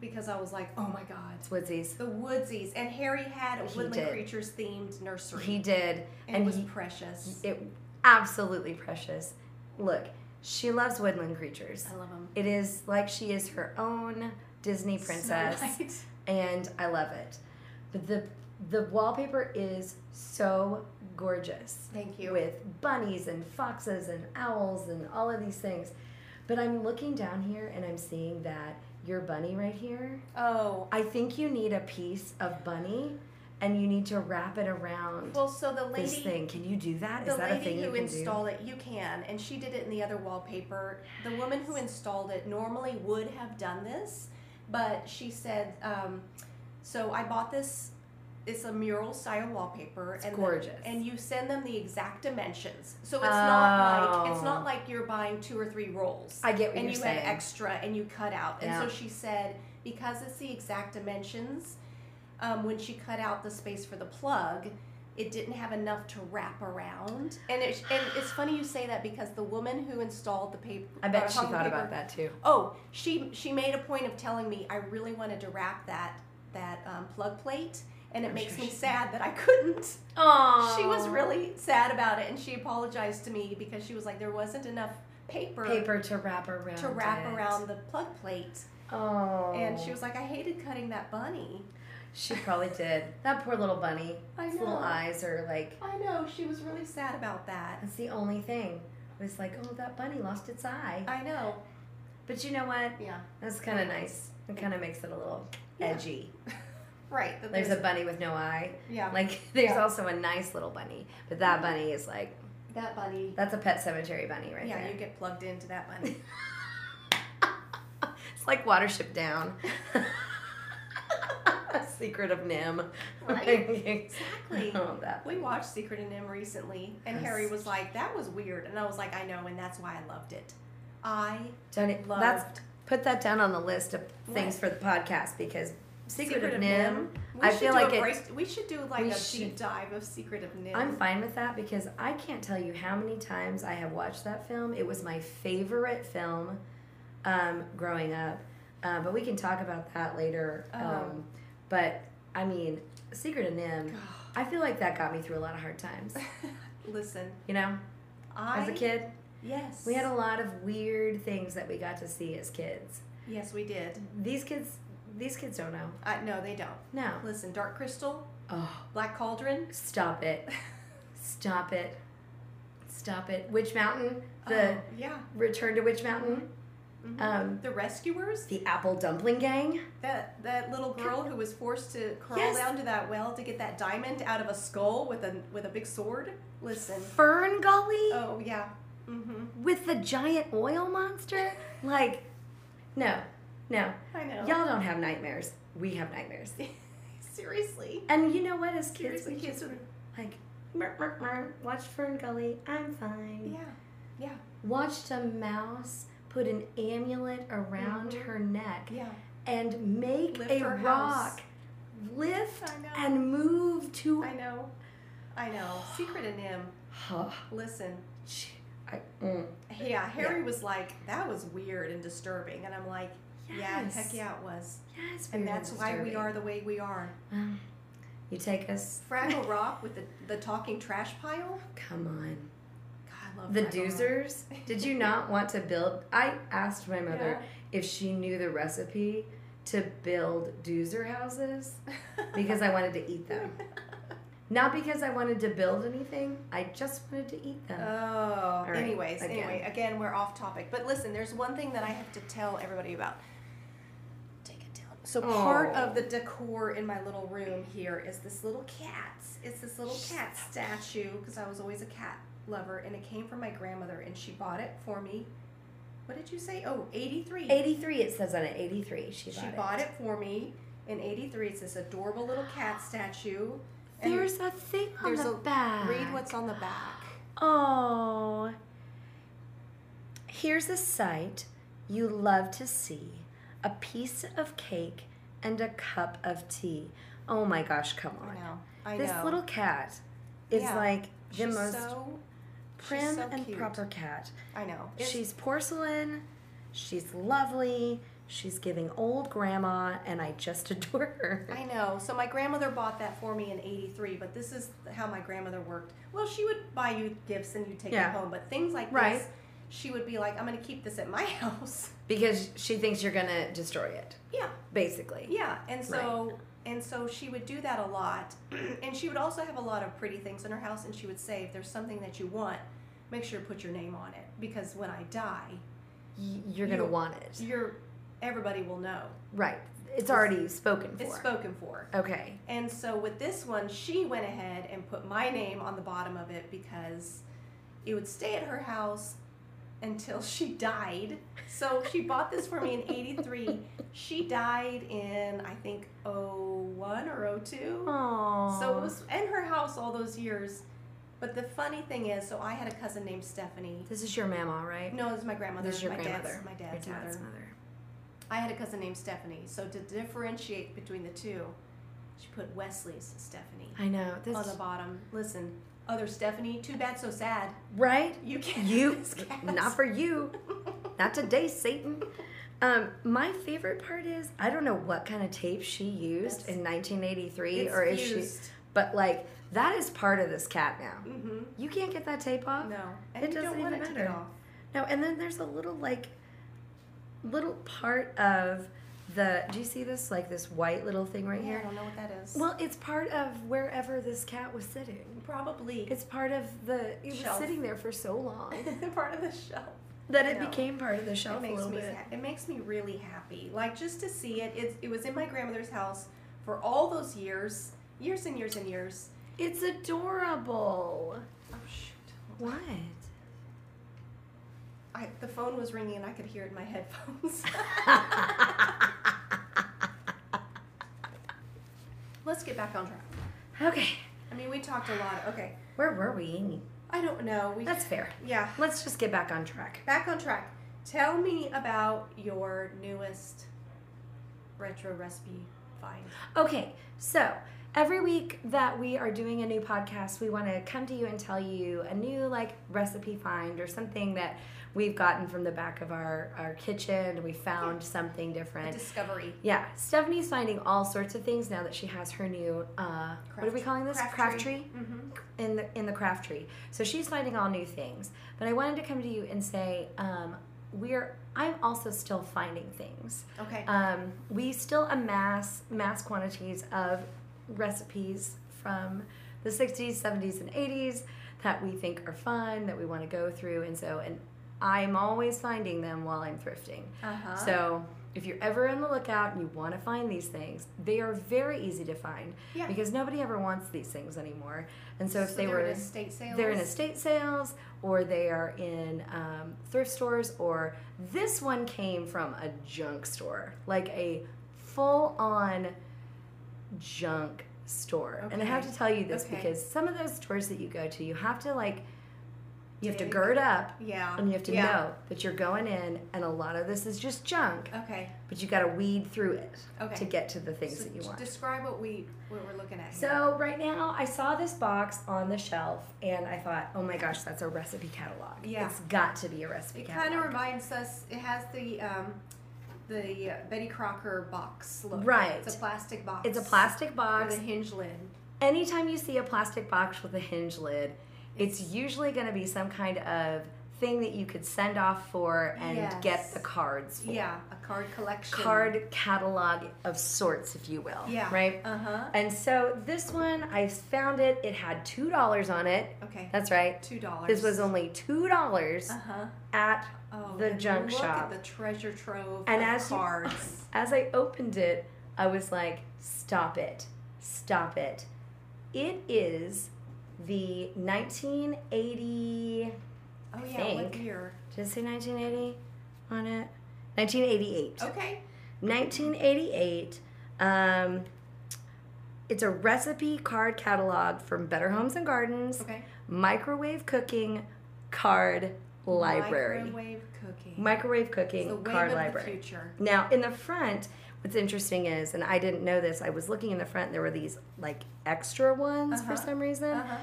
Speaker 2: because I was like, oh my God.
Speaker 1: It's Woodsies.
Speaker 2: The Woodsies. And Harry had a
Speaker 1: He
Speaker 2: Woodland
Speaker 1: did.
Speaker 2: Creatures themed nursery.
Speaker 1: He did.
Speaker 2: and,
Speaker 1: and
Speaker 2: it was
Speaker 1: he-
Speaker 2: precious.
Speaker 1: It absolutely precious. Look, she loves woodland creatures.
Speaker 2: I love [LAUGHS] them.
Speaker 1: It is like she is her own Disney princess. and I love it. But the the wallpaper is so gorgeous
Speaker 2: Thank you.
Speaker 1: with bunnies and foxes and owls and all of these things. But I'm looking down here and I'm seeing that your bunny right here.
Speaker 2: Oh,
Speaker 1: I think you need a piece of bunny and you need to wrap it around
Speaker 2: well, so the
Speaker 1: this
Speaker 2: lady,
Speaker 1: thing. Can you do that? Is
Speaker 2: the
Speaker 1: that a thing
Speaker 2: lady
Speaker 1: you
Speaker 2: who
Speaker 1: can
Speaker 2: installed it, you can, and she did it in the other wallpaper. The woman who installed it normally would have done this, but she said, um, so I bought this. It's a mural style wallpaper,
Speaker 1: do? It's
Speaker 2: and the-
Speaker 1: gorgeous.
Speaker 2: and you send them the exact dimensions. So it's not like it's
Speaker 1: Oh.
Speaker 2: not like you're buying two or three rolls.
Speaker 1: I get what
Speaker 2: and
Speaker 1: you're
Speaker 2: you
Speaker 1: saying.
Speaker 2: had extra and you cut out. And
Speaker 1: Yeah.
Speaker 2: so she said, because it's the exact dimensions, um, when she cut out the space for the plug, it didn't have enough to wrap around. And, it, and it's funny you say that because the woman who installed the paper,
Speaker 1: I
Speaker 2: or
Speaker 1: bet she
Speaker 2: hung the
Speaker 1: thought
Speaker 2: paper-
Speaker 1: about that too.
Speaker 2: Oh, she she made a point of telling me I really wanted to wrap that that um, plug plate, and it
Speaker 1: I'm
Speaker 2: makes
Speaker 1: sure
Speaker 2: me
Speaker 1: she-
Speaker 2: sad that I couldn't.
Speaker 1: Oh,
Speaker 2: She was really sad about it, and she apologized to me because she was like, there wasn't enough paper,
Speaker 1: paper to wrap around
Speaker 2: to wrap
Speaker 1: it.
Speaker 2: around the plug plate.
Speaker 1: Oh.
Speaker 2: And she was like, I hated cutting that bunny.
Speaker 1: She probably did. That poor little bunny.
Speaker 2: I
Speaker 1: Its little
Speaker 2: know.
Speaker 1: eyes are like.
Speaker 2: I know. She was really sad about that.
Speaker 1: That's the only thing. It was like, oh, that bunny lost its eye.
Speaker 2: I know.
Speaker 1: But you know what?
Speaker 2: Yeah.
Speaker 1: That's kind of nice. It kind of makes it a little
Speaker 2: Yeah.
Speaker 1: edgy.
Speaker 2: Right. That
Speaker 1: There's a bunny with no eye.
Speaker 2: yeah.
Speaker 1: Like [LAUGHS] there's
Speaker 2: Yeah.
Speaker 1: also a nice little bunny, but that bunny is like
Speaker 2: that bunny.
Speaker 1: that's a pet cemetery bunny right
Speaker 2: yeah,
Speaker 1: there.
Speaker 2: you get plugged into that
Speaker 1: [LAUGHS]
Speaker 2: bunny. [LAUGHS]
Speaker 1: It's like Watership
Speaker 2: [LAUGHS]
Speaker 1: Down. [LAUGHS] Secret of Nim. [LAUGHS]
Speaker 2: Right. exactly.
Speaker 1: oh, that.
Speaker 2: We watched Secret and Nim recently, and
Speaker 1: Yes.
Speaker 2: Harry was like, "That was weird," and I was like, "I know," and that's why I loved it. I
Speaker 1: Johnny,
Speaker 2: loved
Speaker 1: that's put that down on the list of things for the podcast because Secret, of Nim.
Speaker 2: We
Speaker 1: I
Speaker 2: should
Speaker 1: feel
Speaker 2: do a
Speaker 1: like it-
Speaker 2: brace- we should do like
Speaker 1: we
Speaker 2: a
Speaker 1: should-
Speaker 2: deep dive of Secret of Nim.
Speaker 1: I'm fine with that because I can't tell you how many times I have watched that film. It was my favorite film um, growing up, uh, but we can talk about that later. Um,
Speaker 2: Um.
Speaker 1: but I mean, Secret of [SIGHS] Nim. I feel like that got me through a lot of hard times.
Speaker 2: [LAUGHS] Listen,
Speaker 1: You know,
Speaker 2: I
Speaker 1: as a kid,
Speaker 2: yes,
Speaker 1: we had a lot of weird things that we got to see as kids.
Speaker 2: yes, we did.
Speaker 1: These kids, these kids don't know.
Speaker 2: Uh, no, they don't.
Speaker 1: No.
Speaker 2: Listen, Dark Crystal,
Speaker 1: Oh, [LAUGHS]
Speaker 2: Black Cauldron.
Speaker 1: stop it! Stop it! Stop it! Witch Mountain. The
Speaker 2: oh, yeah,
Speaker 1: Return to Witch Mountain.
Speaker 2: mhm.
Speaker 1: Um,
Speaker 2: the Rescuers.
Speaker 1: the Apple Dumpling Gang.
Speaker 2: That that little girl who was forced to crawl
Speaker 1: Yes.
Speaker 2: down to that well to get that diamond out of a skull with a with a big sword. Listen.
Speaker 1: Fern Gully
Speaker 2: Oh yeah. Mm-hmm.
Speaker 1: with the giant oil
Speaker 2: [LAUGHS]
Speaker 1: monster. Like, no, no.
Speaker 2: I know.
Speaker 1: Y'all don't have nightmares. We have
Speaker 2: [LAUGHS]
Speaker 1: nightmares.
Speaker 2: Seriously.
Speaker 1: And you know what? As kids,
Speaker 2: Seriously,
Speaker 1: we
Speaker 2: kids
Speaker 1: just
Speaker 2: would.
Speaker 1: like, "Mer, mer, mer, watch Fern Gully. I'm fine.
Speaker 2: Yeah. Yeah.
Speaker 1: Watched a mouse put an amulet around
Speaker 2: Mhm.
Speaker 1: her neck
Speaker 2: Yeah.
Speaker 1: and make
Speaker 2: Lift
Speaker 1: a
Speaker 2: her house.
Speaker 1: rock lift
Speaker 2: I know.
Speaker 1: and move to.
Speaker 2: I know. I know. Secret in him. Listen.
Speaker 1: I, mm.
Speaker 2: Yeah, Harry was like, that was weird and disturbing. And I'm like, yeah,
Speaker 1: Yes.
Speaker 2: heck yeah, it was.
Speaker 1: Yes,
Speaker 2: And
Speaker 1: we were
Speaker 2: that's why we
Speaker 1: disturbing.
Speaker 2: are the way we are.
Speaker 1: Well, you take us.
Speaker 2: Fraggle Rock with the, the talking trash pile.
Speaker 1: Come on.
Speaker 2: God, I love
Speaker 1: The
Speaker 2: Fraggle Rock.
Speaker 1: Doozers? Did you
Speaker 2: [LAUGHS]
Speaker 1: not want to build? I asked my [LAUGHS] mother
Speaker 2: Yeah.
Speaker 1: if she knew the recipe to build Doozer houses because I wanted to eat them. Not because I wanted to build anything, I just wanted to eat them.
Speaker 2: Oh,
Speaker 1: right,
Speaker 2: anyways,
Speaker 1: again.
Speaker 2: anyway, again, we're off topic. But listen, there's one thing that I have to tell everybody about. Take it down. So part
Speaker 1: Oh.
Speaker 2: of the decor in my little room here is this little cat. It's this little cat statue because I was always a cat lover, and it came from my grandmother, and she bought it for me. What did you say? Oh, 83.
Speaker 1: 83, it says on it. 83, she
Speaker 2: she
Speaker 1: bought it.
Speaker 2: bought it for me in 83. It's this adorable little cat statue. And
Speaker 1: There's a thing on
Speaker 2: There's
Speaker 1: the
Speaker 2: a-
Speaker 1: back.
Speaker 2: read what's on the back.
Speaker 1: Oh. Here's a sight you love to see a piece of cake and a cup of tea. Oh my gosh, come
Speaker 2: I
Speaker 1: on.
Speaker 2: know. I
Speaker 1: This
Speaker 2: know.
Speaker 1: little cat is
Speaker 2: Yeah.
Speaker 1: like the
Speaker 2: She's
Speaker 1: most
Speaker 2: so- she's
Speaker 1: prim
Speaker 2: so
Speaker 1: and
Speaker 2: cute.
Speaker 1: proper cat.
Speaker 2: I know. It's-
Speaker 1: she's porcelain, she's lovely, she's giving old grandma, and I just [LAUGHS] adore her.
Speaker 2: I know. So my grandmother bought that for me in '83, but this is how my grandmother worked. Well, she would buy you gifts and you take
Speaker 1: Yeah.
Speaker 2: them home, but things like
Speaker 1: Right.
Speaker 2: this, she would be like, "I'm going to keep this at my [LAUGHS] house."
Speaker 1: Because she thinks you're gonna destroy it,
Speaker 2: Yeah,
Speaker 1: basically.
Speaker 2: yeah. And so and so she would do that a lot, [CLEARS THROAT] and she would also have a lot of pretty things in her house, and she would say, "If there's something that you want, make sure to put your name on it, because when I die,
Speaker 1: Y- You're gonna
Speaker 2: You-
Speaker 1: want it.
Speaker 2: you're everybody will know
Speaker 1: Right. It's already spoken for.
Speaker 2: it's spoken for."
Speaker 1: Okay.
Speaker 2: And so with this one, she went ahead and put my name on the bottom of it because it would stay at her house until she [LAUGHS] died. So she bought this for me in
Speaker 1: [LAUGHS]
Speaker 2: 83. She died in I think 01 or 02.
Speaker 1: Aww.
Speaker 2: So it was in her house all those years. But the funny thing is, so I had a cousin named Stephanie.
Speaker 1: This is your mama, right?
Speaker 2: No, it was my grandmother.
Speaker 1: This is your
Speaker 2: my
Speaker 1: grandmother.
Speaker 2: dad's my
Speaker 1: Your
Speaker 2: dad's mother.
Speaker 1: mother.
Speaker 2: I had a cousin named Stephanie. So to differentiate between the two, she put Wesley's Stephanie
Speaker 1: I know. This
Speaker 2: on the bottom. Listen, other Stephanie, too bad, so sad. [LAUGHS]
Speaker 1: right?
Speaker 2: You can't.
Speaker 1: You
Speaker 2: miss
Speaker 1: [LAUGHS]
Speaker 2: cast.
Speaker 1: not for you. Not today, Satan. Um, my favorite part is I don't know what kind of tape she used
Speaker 2: That's-
Speaker 1: in 1983
Speaker 2: It's
Speaker 1: or is she
Speaker 2: fused.
Speaker 1: but like that is part of this cat now.
Speaker 2: Mhm.
Speaker 1: You can't get that tape off.
Speaker 2: No, and
Speaker 1: It
Speaker 2: you
Speaker 1: doesn't
Speaker 2: don't want
Speaker 1: even
Speaker 2: it to get
Speaker 1: matter.
Speaker 2: off.
Speaker 1: No, and then there's a little like little part of the do you see this like this white little thing right
Speaker 2: Yeah, I
Speaker 1: here?
Speaker 2: don't know what that is.
Speaker 1: Well, it's part of wherever this cat was sitting.
Speaker 2: probably
Speaker 1: It's part of the it was
Speaker 2: Shelf.
Speaker 1: sitting there for so long
Speaker 2: [LAUGHS] part of the shelf.
Speaker 1: that it
Speaker 2: No.
Speaker 1: became part of the shelf
Speaker 2: It
Speaker 1: a
Speaker 2: makes
Speaker 1: little
Speaker 2: me
Speaker 1: bit.
Speaker 2: ha- it makes me really happy. Like just to see it. It it was in my grandmother's house for all those years, years and years and years.
Speaker 1: It's adorable.
Speaker 2: Oh shoot. [LAUGHS]
Speaker 1: What?
Speaker 2: I, the phone was ringing and I could hear it in my
Speaker 1: [LAUGHS]
Speaker 2: [LAUGHS] headphones. Let's get back on track.
Speaker 1: [LAUGHS] okay,
Speaker 2: I mean, we talked a lot. Okay.
Speaker 1: where were we?
Speaker 2: I don't know. We
Speaker 1: That's fair.
Speaker 2: yeah.
Speaker 1: Let's just get back on track.
Speaker 2: Back on track. Tell me about your newest retro recipe find.
Speaker 1: Okay, so every week that we are doing a new podcast, we want to come to you and tell you a new like recipe find or something that we've gotten from the back of our our kitchen. We found something different.
Speaker 2: Discovery.
Speaker 1: Yeah, Stephanie's finding all sorts of things now that she has her new uh, what are we
Speaker 2: Craft-
Speaker 1: calling this
Speaker 2: craft
Speaker 1: craft
Speaker 2: tree.
Speaker 1: tree
Speaker 2: Mm-hmm.
Speaker 1: in the in the craft tree. So she's finding all new things. But I wanted to come to you and say um, we're I'm also still finding things.
Speaker 2: Okay.
Speaker 1: Um, we still amass mass quantities of recipes from the 60s, 70s, and 80s that we think are fun, that we want to go through. And so, and I'm always finding them while I'm thrifting.
Speaker 2: Uh-huh.
Speaker 1: So, if you're ever on the lookout and you want to find these things, they are very easy to find
Speaker 2: Yeah.
Speaker 1: because nobody ever wants these things anymore. And so, if they
Speaker 2: they're
Speaker 1: were
Speaker 2: in estate sales.
Speaker 1: they're in estate sales or they are in um, thrift stores or this one came from a junk store like a full-on junk store and i have
Speaker 2: Okay.
Speaker 1: to tell you this
Speaker 2: Okay.
Speaker 1: because some of those stores that you go to you have to like you have to
Speaker 2: Dig.
Speaker 1: gird up
Speaker 2: Yeah.
Speaker 1: and you have to
Speaker 2: Yeah.
Speaker 1: know that you're going in and a lot of this is just junk
Speaker 2: Okay.
Speaker 1: but you got to weed through it
Speaker 2: Okay.
Speaker 1: to get to the things
Speaker 2: So
Speaker 1: that you
Speaker 2: d-
Speaker 1: want
Speaker 2: Describe what we what we're looking at. here.
Speaker 1: so right now, I saw this box on the shelf, and I thought, oh my gosh, that's a recipe catalog.
Speaker 2: Yeah.
Speaker 1: it's got to be a recipe
Speaker 2: it kind of
Speaker 1: catalog.
Speaker 2: reminds us. It has the um, the uh, Betty Crocker box look.
Speaker 1: Right.
Speaker 2: It's a plastic box.
Speaker 1: It's a plastic box.
Speaker 2: with a hinge lid.
Speaker 1: Anytime you see a plastic box with a hinge lid, it's usually going to be some kind of thing that you could send off for and
Speaker 2: Yes.
Speaker 1: get the cards for.
Speaker 2: Yeah. A card collection.
Speaker 1: Card catalog of sorts, if you will.
Speaker 2: Yeah.
Speaker 1: Right.
Speaker 2: Uh huh.
Speaker 1: And so this one, I found it. It had two dollars on it.
Speaker 2: Okay.
Speaker 1: That's right.
Speaker 2: Two dollars.
Speaker 1: This was only two dollars
Speaker 2: Uh huh.
Speaker 1: at
Speaker 2: Oh,
Speaker 1: the
Speaker 2: and
Speaker 1: junk
Speaker 2: look
Speaker 1: shop.
Speaker 2: At the treasure trove
Speaker 1: And
Speaker 2: of
Speaker 1: as you- [COUGHS]
Speaker 2: cards.
Speaker 1: As I opened it, I was like, stop it, stop it. It is the 1980,
Speaker 2: oh yeah, what
Speaker 1: think.
Speaker 2: year?
Speaker 1: did it say 1980 on it? 1988.
Speaker 2: Okay.
Speaker 1: 1988. Um, it's a recipe card catalog from Better Homes and Gardens,
Speaker 2: Okay.
Speaker 1: microwave cooking card library. Microwave,
Speaker 2: Microwave cooking.
Speaker 1: cooking
Speaker 2: It's the wave
Speaker 1: card
Speaker 2: of
Speaker 1: library.
Speaker 2: The future.
Speaker 1: Now, in the front, what's interesting is, and I didn't know this, I was looking in the front, there were these like extra ones for
Speaker 2: Uh-huh.
Speaker 1: some reason.
Speaker 2: Uh-huh.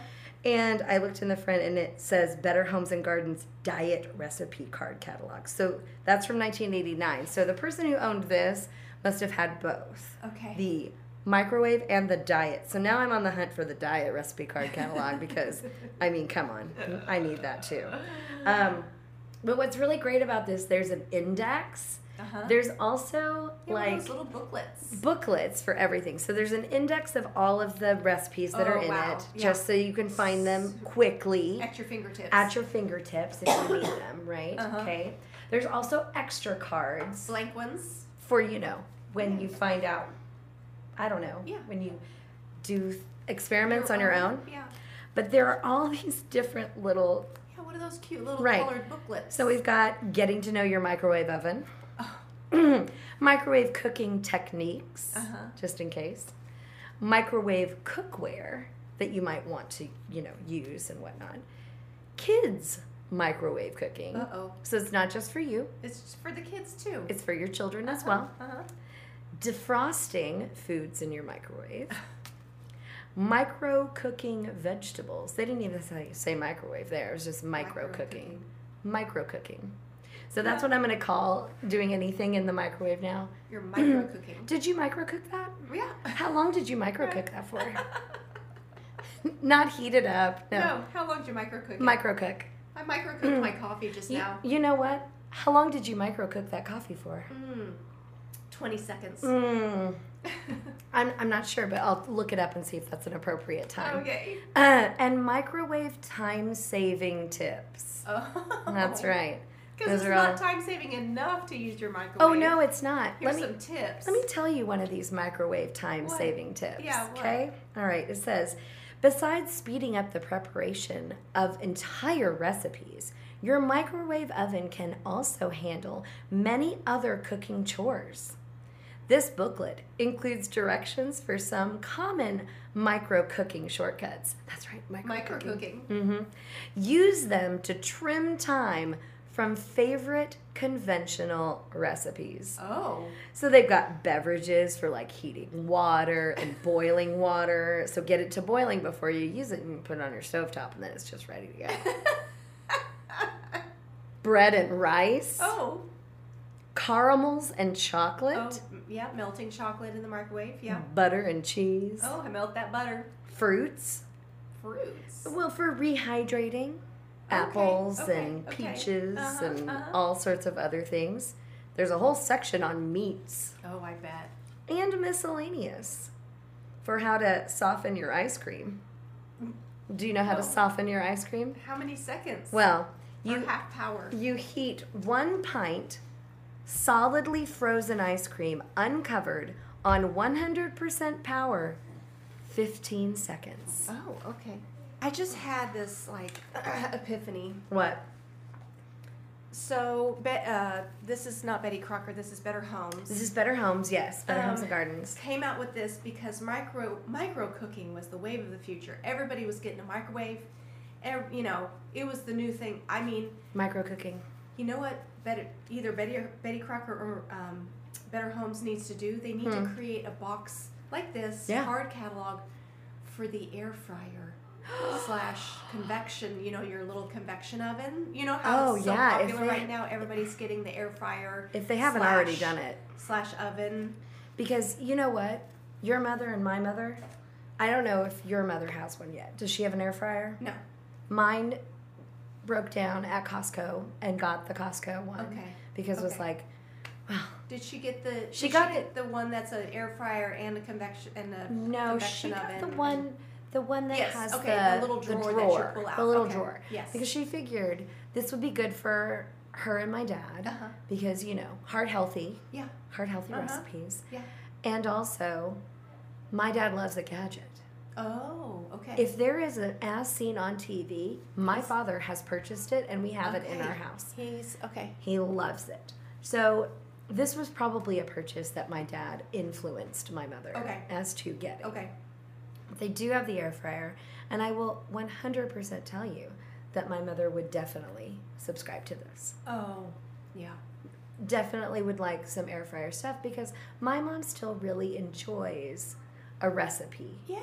Speaker 1: And I looked in the front and it says Better Homes and Gardens Diet Recipe Card Catalog. So that's from 1989. So the person who owned this must have had both
Speaker 2: Okay.
Speaker 1: the microwave and the diet. So now I'm on the hunt for the diet recipe card catalog
Speaker 2: [LAUGHS]
Speaker 1: because, I mean, come on, I need that too. Um, but what's really great about this, there's an index.
Speaker 2: uh-huh.
Speaker 1: There's also
Speaker 2: Yeah, one of
Speaker 1: like
Speaker 2: those little booklets.
Speaker 1: booklets for everything. So there's an index of all of the recipes that
Speaker 2: Oh,
Speaker 1: are in
Speaker 2: wow.
Speaker 1: it,
Speaker 2: Yeah.
Speaker 1: just so you can find them quickly
Speaker 2: At your fingertips.
Speaker 1: at your fingertips if you need them, right?
Speaker 2: Uh-huh.
Speaker 1: Okay. There's also extra cards
Speaker 2: blank ones.
Speaker 1: for you know when you find out. I don't know
Speaker 2: Yeah.
Speaker 1: when you do th- experiments on your own.
Speaker 2: Yeah.
Speaker 1: But there are all [LAUGHS] these different little.
Speaker 2: Yeah. What are those cute little
Speaker 1: Right.
Speaker 2: colored booklets?
Speaker 1: So we've got getting to know your microwave oven,
Speaker 2: Oh.
Speaker 1: [CLEARS THROAT] microwave cooking techniques.
Speaker 2: Uh huh.
Speaker 1: just in case. Microwave cookware that you might want to, you know, use and whatnot. Kids microwave cooking.
Speaker 2: Uh oh.
Speaker 1: So it's not just for you,
Speaker 2: It's for the kids too.
Speaker 1: it's for your children as well.
Speaker 2: Uh huh.
Speaker 1: Defrosting foods in your microwave. Micro cooking vegetables. They didn't even say, say microwave there. It was just micro cooking. Micro cooking. So that's what I'm going to call doing anything in the microwave now. [CLEARS THROAT]
Speaker 2: Your micro cooking.
Speaker 1: Did you micro cook that?
Speaker 2: Yeah. [LAUGHS]
Speaker 1: How long did you micro cook that for? [LAUGHS] Not heat it up. No.
Speaker 2: no. How long did you micro cook? it?
Speaker 1: Micro cook.
Speaker 2: I micro
Speaker 1: [CLEARS THROAT]
Speaker 2: cooked my coffee just
Speaker 1: You,
Speaker 2: now.
Speaker 1: you know what? How long did you micro cook that coffee for?
Speaker 2: Mm. 20 seconds.
Speaker 1: Mm, I'm, I'm not sure, but I'll look it up and see if that's an appropriate time.
Speaker 2: [LAUGHS] okay.
Speaker 1: Uh, and microwave time saving tips.
Speaker 2: Oh.
Speaker 1: That's right.
Speaker 2: Because
Speaker 1: Those
Speaker 2: it's
Speaker 1: are
Speaker 2: not
Speaker 1: all-
Speaker 2: time saving enough to use your microwave.
Speaker 1: Oh, no, it's not.
Speaker 2: Here's
Speaker 1: let me,
Speaker 2: some tips.
Speaker 1: Let me tell you one of these microwave time
Speaker 2: What?
Speaker 1: saving tips.
Speaker 2: Yeah, what?
Speaker 1: Okay. All right. It says besides speeding up the preparation of entire recipes, your microwave oven can also handle many other cooking chores. This booklet includes directions for some common micro cooking shortcuts. That's right, micro,
Speaker 2: Micro cooking.
Speaker 1: hmm Use them to trim time from favorite conventional recipes.
Speaker 2: Oh. [LAUGHS]
Speaker 1: So they've got beverages for like heating water
Speaker 2: [LAUGHS]
Speaker 1: and boiling water. So get it to boiling before you use it and put it on your stovetop and then it's just ready to
Speaker 2: [LAUGHS]
Speaker 1: go. Bread and rice,
Speaker 2: oh.
Speaker 1: caramels and
Speaker 2: Oh.
Speaker 1: chocolate,
Speaker 2: Yeah. Melting chocolate in the microwave. Yeah.
Speaker 1: butter and cheese,
Speaker 2: Oh, I melt that butter.
Speaker 1: fruits.
Speaker 2: Fruits.
Speaker 1: Well, for rehydrating, apples
Speaker 2: okay,
Speaker 1: and
Speaker 2: okay.
Speaker 1: peaches
Speaker 2: Uh-huh,
Speaker 1: and
Speaker 2: uh-huh.
Speaker 1: all sorts of other things. There's a whole section on meats
Speaker 2: Oh, I bet.
Speaker 1: and miscellaneous for how to soften your ice cream. Do you know how
Speaker 2: Oh.
Speaker 1: to soften your ice cream?
Speaker 2: How many seconds?
Speaker 1: Well,
Speaker 2: Or
Speaker 1: you
Speaker 2: half power.
Speaker 1: you heat 1 pint solidly frozen ice cream uncovered on 100% power 15 seconds.
Speaker 2: Oh, okay. I just had this like [CLEARS THROAT] epiphany.
Speaker 1: What?
Speaker 2: So, Be- uh, this is not Betty Crocker. This is Better Homes.
Speaker 1: This is Better Homes, yes, Better Homes
Speaker 2: Um,
Speaker 1: and Gardens.
Speaker 2: came out with this because micro micro cooking was the wave of the future. Everybody was getting a microwave. Ev you know, it was the new thing. I mean,
Speaker 1: Micro cooking.
Speaker 2: you know what? Better either Betty or, Betty Crocker or um, Better Homes needs to do. They need to
Speaker 1: Hmm.
Speaker 2: create a box like this
Speaker 1: Yeah.
Speaker 2: hard catalog for the air
Speaker 1: [GASPS]
Speaker 2: fryer slash convection. You know, your little convection oven. You know how
Speaker 1: Oh,
Speaker 2: it's so
Speaker 1: yeah, if
Speaker 2: popular
Speaker 1: they-
Speaker 2: right now. Everybody's getting the air fryer
Speaker 1: If they haven't already
Speaker 2: Slash.
Speaker 1: done it.
Speaker 2: slash oven.
Speaker 1: Because you know what? Your mother and my mother, I don't know if your mother has one yet. Does she have an air fryer?
Speaker 2: No.
Speaker 1: Mine broke down at Costco and got the Costco one
Speaker 2: Okay.
Speaker 1: because it was
Speaker 2: okay.
Speaker 1: like,
Speaker 2: Did she get the?
Speaker 1: She
Speaker 2: did
Speaker 1: got
Speaker 2: she get the one that's an air fryer and a convection and a.
Speaker 1: no, she
Speaker 2: Convection
Speaker 1: got the
Speaker 2: oven.
Speaker 1: one, the one that
Speaker 2: yes.
Speaker 1: has
Speaker 2: okay. The, little drawer, that you pull out.
Speaker 1: the little
Speaker 2: Okay,
Speaker 1: drawer.
Speaker 2: Yes.
Speaker 1: Because she figured this would be good for her and my dad
Speaker 2: uh-huh.
Speaker 1: because you know heart healthy,
Speaker 2: Yeah.
Speaker 1: heart healthy
Speaker 2: Uh-huh.
Speaker 1: recipes,
Speaker 2: Yeah.
Speaker 1: and also my dad loves a gadget.
Speaker 2: Oh. Okay.
Speaker 1: If there is an as seen on TV, my
Speaker 2: Yes.
Speaker 1: father has purchased it and we have it in
Speaker 2: Okay.
Speaker 1: our house.
Speaker 2: he's okay.
Speaker 1: He loves it. So this was probably a purchase that my dad influenced my mother
Speaker 2: Okay.
Speaker 1: as to getting.
Speaker 2: Okay.
Speaker 1: They do have the air fryer, and I will 100% tell you that my mother would definitely subscribe to this.
Speaker 2: Oh. Yeah.
Speaker 1: Definitely would like some air fryer stuff because my mom still really enjoys a recipe.
Speaker 2: Yeah.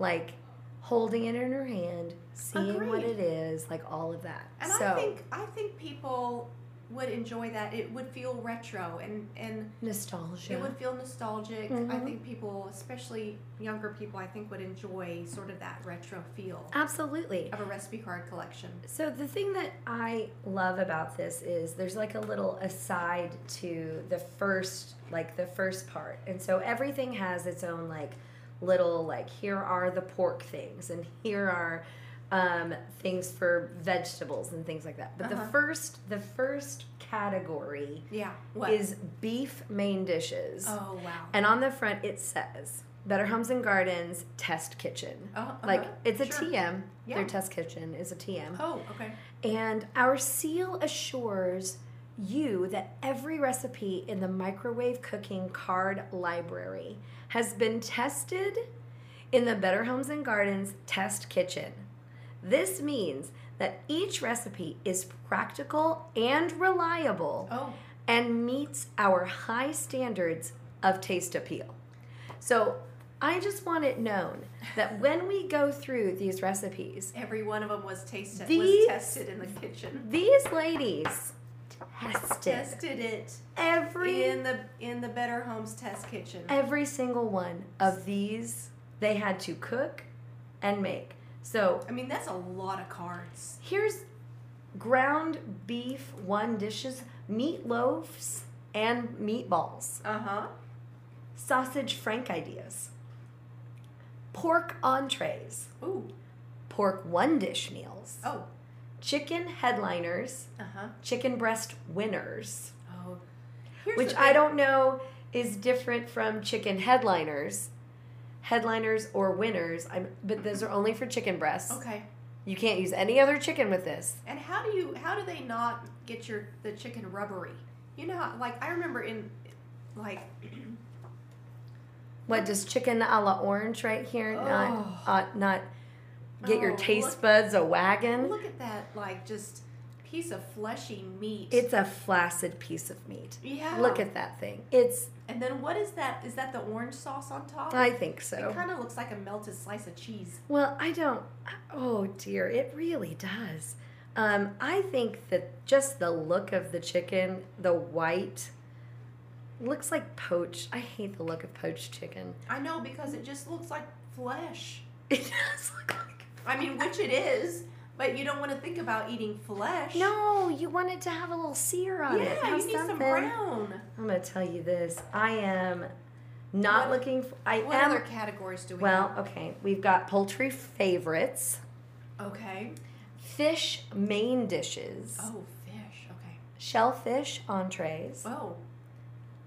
Speaker 1: like holding it in her hand, seeing what
Speaker 2: Agreed.
Speaker 1: it is, like all of that.
Speaker 2: And
Speaker 1: so
Speaker 2: I think I think people would enjoy that. It would feel retro and and
Speaker 1: nostalgia.
Speaker 2: it would feel nostalgic. I
Speaker 1: Mhm.
Speaker 2: think people, especially younger people, I think would enjoy sort of that retro feel
Speaker 1: Absolutely.
Speaker 2: of a recipe card collection.
Speaker 1: So the thing that I love about this is there's like a little aside to the first like the first part. And so everything has its own like little like here are the pork things and here are um, things for vegetables and things like that. But
Speaker 2: Uh-huh.
Speaker 1: the first the first category
Speaker 2: Yeah. What?
Speaker 1: is beef main dishes.
Speaker 2: oh wow.
Speaker 1: And on the front, it says Better Homes and Gardens Test Kitchen.
Speaker 2: Oh, uh-huh.
Speaker 1: Like, it's a
Speaker 2: Sure.
Speaker 1: TM.
Speaker 2: Yeah.
Speaker 1: Their test kitchen is a TM.
Speaker 2: Oh, okay.
Speaker 1: And our seal assures you that every recipe in the microwave cooking card library has been tested in the Better Homes and Gardens Test Kitchen. This means that each recipe is practical and reliable
Speaker 2: Oh,
Speaker 1: and meets our high standards of taste appeal. So I just want it known that when we go through these recipes,
Speaker 2: every one of them was tasted was
Speaker 1: These-
Speaker 2: tested in the kitchen.
Speaker 1: these ladies tested
Speaker 2: Tested it
Speaker 1: every
Speaker 2: in the in the Better Homes test kitchen.
Speaker 1: every single one of these they had to cook and make. So
Speaker 2: I mean, that's a lot of cards.
Speaker 1: here's ground beef one dishes, meatloafs, and meatballs,
Speaker 2: Uh huh.
Speaker 1: sausage frank ideas, pork entrees,
Speaker 2: Ooh.
Speaker 1: pork one dish meals,
Speaker 2: Oh.
Speaker 1: chicken headliners,
Speaker 2: Uh huh.
Speaker 1: chicken breast winners,
Speaker 2: Oh. Here's
Speaker 1: which
Speaker 2: the
Speaker 1: I
Speaker 2: thing.
Speaker 1: don't know is different from chicken headliners. Headliners or winners, I'm, but those are only for chicken breasts.
Speaker 2: Okay.
Speaker 1: You can't use any other chicken with this.
Speaker 2: And how do you how do they not get your the chicken rubbery? You know, how- like I remember in like
Speaker 1: What does chicken a la orange right here not
Speaker 2: Oh.
Speaker 1: uh, not get your
Speaker 2: Oh,
Speaker 1: taste buds a wagon?
Speaker 2: look at that like just piece of fleshy meat.
Speaker 1: It's a flaccid piece of meat.
Speaker 2: yeah.
Speaker 1: Look at that thing. It's
Speaker 2: and then what is that? Is that the orange sauce on top?
Speaker 1: I think
Speaker 2: It
Speaker 1: so.
Speaker 2: kind of looks like a melted slice of cheese.
Speaker 1: Well, I don't. Oh dear, it really does. Um, I think that just the look of the chicken, the white, looks like poached. I hate the look of poached chicken. [LAUGHS]
Speaker 2: I know because it just looks like flesh.
Speaker 1: It does look like
Speaker 2: I mean, which it is, but you don't want to think about eating flesh.
Speaker 1: No, you want it to have a little sear on it.
Speaker 2: Yeah,
Speaker 1: Have
Speaker 2: you need some
Speaker 1: something.
Speaker 2: brown.
Speaker 1: I'm gonna tell you this. I am not
Speaker 2: What-
Speaker 1: looking. For, I
Speaker 2: What
Speaker 1: am.
Speaker 2: other categories do we
Speaker 1: well, okay. We've got poultry favorites,
Speaker 2: have? Okay.
Speaker 1: fish main dishes,
Speaker 2: Oh, fish. Okay.
Speaker 1: shellfish entrees,
Speaker 2: Oh,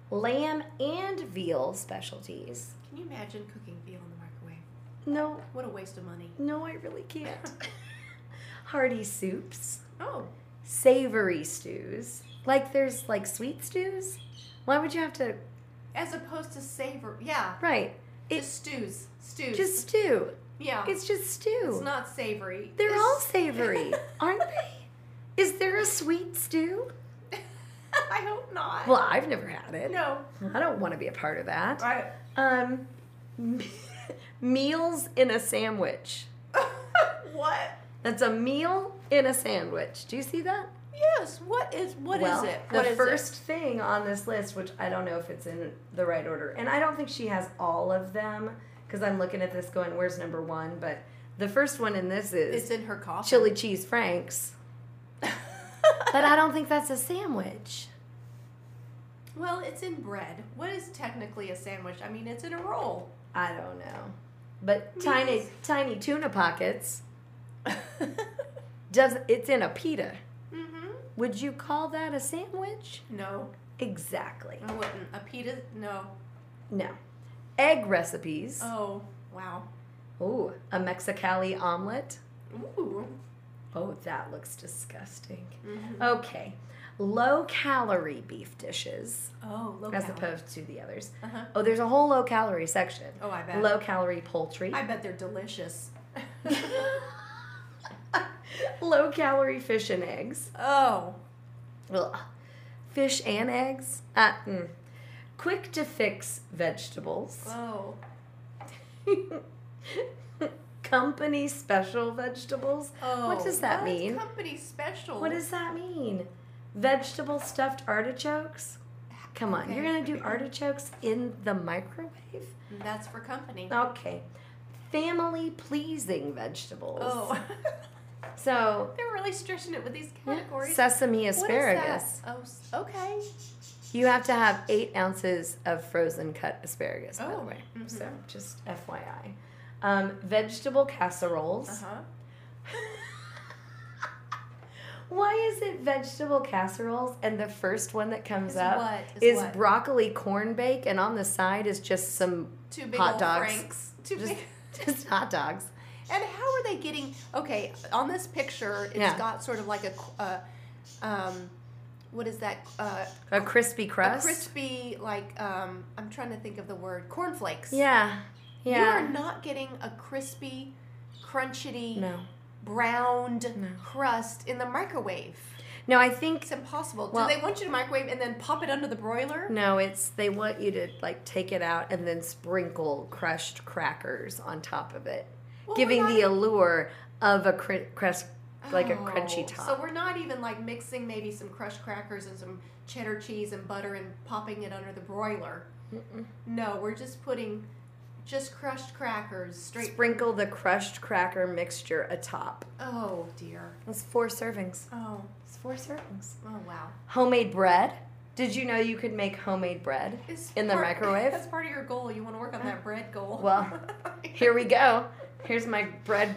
Speaker 1: lamb and veal specialties.
Speaker 2: can you imagine cooking veal in the microwave?
Speaker 1: No,
Speaker 2: What a waste of money.
Speaker 1: no, I really can't. [LAUGHS] Hearty soups,
Speaker 2: Oh,
Speaker 1: savory stews. Like there's like sweet stews. Why would you have to?
Speaker 2: as opposed to savor. Yeah.
Speaker 1: Right. It-
Speaker 2: just stews. Stews.
Speaker 1: Just stew.
Speaker 2: yeah.
Speaker 1: It's
Speaker 2: It's,
Speaker 1: just stew.
Speaker 2: not savory.
Speaker 1: They're [LAUGHS]
Speaker 2: It's-
Speaker 1: all
Speaker 2: [LAUGHS]
Speaker 1: savory, aren't they? Is there a sweet stew?
Speaker 2: I hope not.
Speaker 1: Well, I've never had it.
Speaker 2: no.
Speaker 1: I don't want to be a part of that.
Speaker 2: Right.
Speaker 1: Um, [LAUGHS] meals in a sandwich.
Speaker 2: [LAUGHS] what?
Speaker 1: That's a meal in a sandwich. Do you see that?
Speaker 2: Yes. What is What is
Speaker 1: well,
Speaker 2: it?
Speaker 1: The
Speaker 2: What is it?
Speaker 1: first thing on this list, which I don't know if it's in the right order, and I don't think she has all of them because I'm looking at this going, where's number one? But the first one in this is
Speaker 2: It's in her coffee. [LAUGHS]
Speaker 1: chili cheese franks, but I don't think that's a sandwich.
Speaker 2: well, it's in bread. What is technically a sandwich? I mean, it's in a roll.
Speaker 1: I don't know. But tiny
Speaker 2: Yes.
Speaker 1: tiny tuna
Speaker 2: [LAUGHS]
Speaker 1: pockets
Speaker 2: mm-hmm.
Speaker 1: does it's in a pita. Mm-hmm. Would you call that a sandwich?
Speaker 2: No,
Speaker 1: Exactly.
Speaker 2: I wouldn't. A pita? No.
Speaker 1: No. Egg recipes.
Speaker 2: Oh, wow.
Speaker 1: Ooh, a Mexicali omelet.
Speaker 2: Ooh.
Speaker 1: Oh, that looks disgusting.
Speaker 2: Mhm.
Speaker 1: Okay. Low calorie beef dishes
Speaker 2: Oh, low
Speaker 1: as
Speaker 2: cal.
Speaker 1: opposed to the others.
Speaker 2: Uh-huh.
Speaker 1: Oh, there's a whole low calorie section.
Speaker 2: Oh, I bet.
Speaker 1: Low calorie poultry.
Speaker 2: I bet they're delicious.
Speaker 1: [LAUGHS] low calorie fish and eggs.
Speaker 2: oh.
Speaker 1: Ugh. Fish and eggs. Uh, mm. Quick to fix vegetables.
Speaker 2: Oh.
Speaker 1: [LAUGHS] Company special vegetables.
Speaker 2: Oh.
Speaker 1: What does that
Speaker 2: what?
Speaker 1: mean?
Speaker 2: Company special.
Speaker 1: What does that mean? Vegetable stuffed artichokes? Come on, you're gonna do artichokes in the microwave?
Speaker 2: That's for company.
Speaker 1: Okay. Family pleasing vegetables.
Speaker 2: Oh. [LAUGHS]
Speaker 1: So,
Speaker 2: they're really stretching it with these
Speaker 1: yeah,
Speaker 2: categories.
Speaker 1: sesame
Speaker 2: What is that?
Speaker 1: asparagus.
Speaker 2: Oh, s- okay.
Speaker 1: You have to have eight ounces of frozen cut asparagus, by the
Speaker 2: Oh,
Speaker 1: way.
Speaker 2: mhm.
Speaker 1: So just FYI. Um, vegetable casseroles.
Speaker 2: Uh-huh.
Speaker 1: [LAUGHS] Why is it vegetable casseroles and the first one that comes
Speaker 2: Is
Speaker 1: up
Speaker 2: what? Is
Speaker 1: is
Speaker 2: what?
Speaker 1: broccoli corn bake and on the side is just some [LAUGHS]
Speaker 2: Two big
Speaker 1: hot
Speaker 2: old
Speaker 1: dogs.
Speaker 2: Franks. Two
Speaker 1: just
Speaker 2: big.
Speaker 1: just hot dogs.
Speaker 2: And how are they getting? Okay, on this picture, it's
Speaker 1: Yeah.
Speaker 2: got sort of like a, qu- uh, um, what is that? Uh,
Speaker 1: A crispy
Speaker 2: a
Speaker 1: crust.
Speaker 2: crispy, like um, I'm trying to think of the word, cornflakes.
Speaker 1: yeah.
Speaker 2: You
Speaker 1: Yeah.
Speaker 2: are not getting a crispy, crunchy,
Speaker 1: no.
Speaker 2: browned
Speaker 1: No.
Speaker 2: crust in the microwave.
Speaker 1: No, I think
Speaker 2: It's impossible.
Speaker 1: Well-
Speaker 2: Do they want you to microwave and then pop it under the broiler?
Speaker 1: No, it's they want you to like take it out and then sprinkle crushed crackers on top of it,
Speaker 2: Well,
Speaker 1: giving
Speaker 2: we're
Speaker 1: the
Speaker 2: not-
Speaker 1: allure of a cr- crust. like a
Speaker 2: Oh,
Speaker 1: crunchy top.
Speaker 2: So we're not even like mixing maybe some crushed crackers and some cheddar cheese and butter and popping it under the broiler. No, we're just putting just crushed crackers straight.
Speaker 1: Sprinkle the crushed cracker mixture atop.
Speaker 2: Oh dear.
Speaker 1: That's four servings.
Speaker 2: Oh.
Speaker 1: It's four servings.
Speaker 2: Oh wow.
Speaker 1: Homemade bread. Did you know you could make homemade bread?
Speaker 2: It's
Speaker 1: In the microwave?
Speaker 2: That's part of your goal. You want to work on that bread goal.
Speaker 1: Well,
Speaker 2: [LAUGHS]
Speaker 1: Here we go. Here's my bread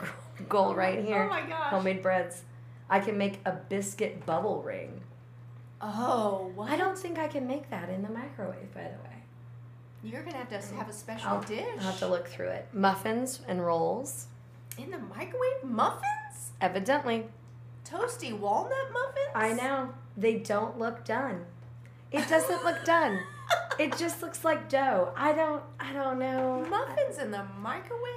Speaker 1: goal right
Speaker 2: Oh
Speaker 1: here.
Speaker 2: my gosh.
Speaker 1: Homemade breads. I can make a biscuit bubble ring.
Speaker 2: Oh, what?
Speaker 1: I don't think I can make that in the microwave, by the way.
Speaker 2: You're gonna have to have a special
Speaker 1: I'll-
Speaker 2: dish
Speaker 1: I'll have to look through it. Muffins and rolls.
Speaker 2: in the microwave. Muffins,
Speaker 1: Evidently,
Speaker 2: toasty walnut muffins.
Speaker 1: I know. They don't look done. It doesn't look
Speaker 2: [LAUGHS]
Speaker 1: done. It just looks like dough. I don't I don't know.
Speaker 2: muffins in the microwave.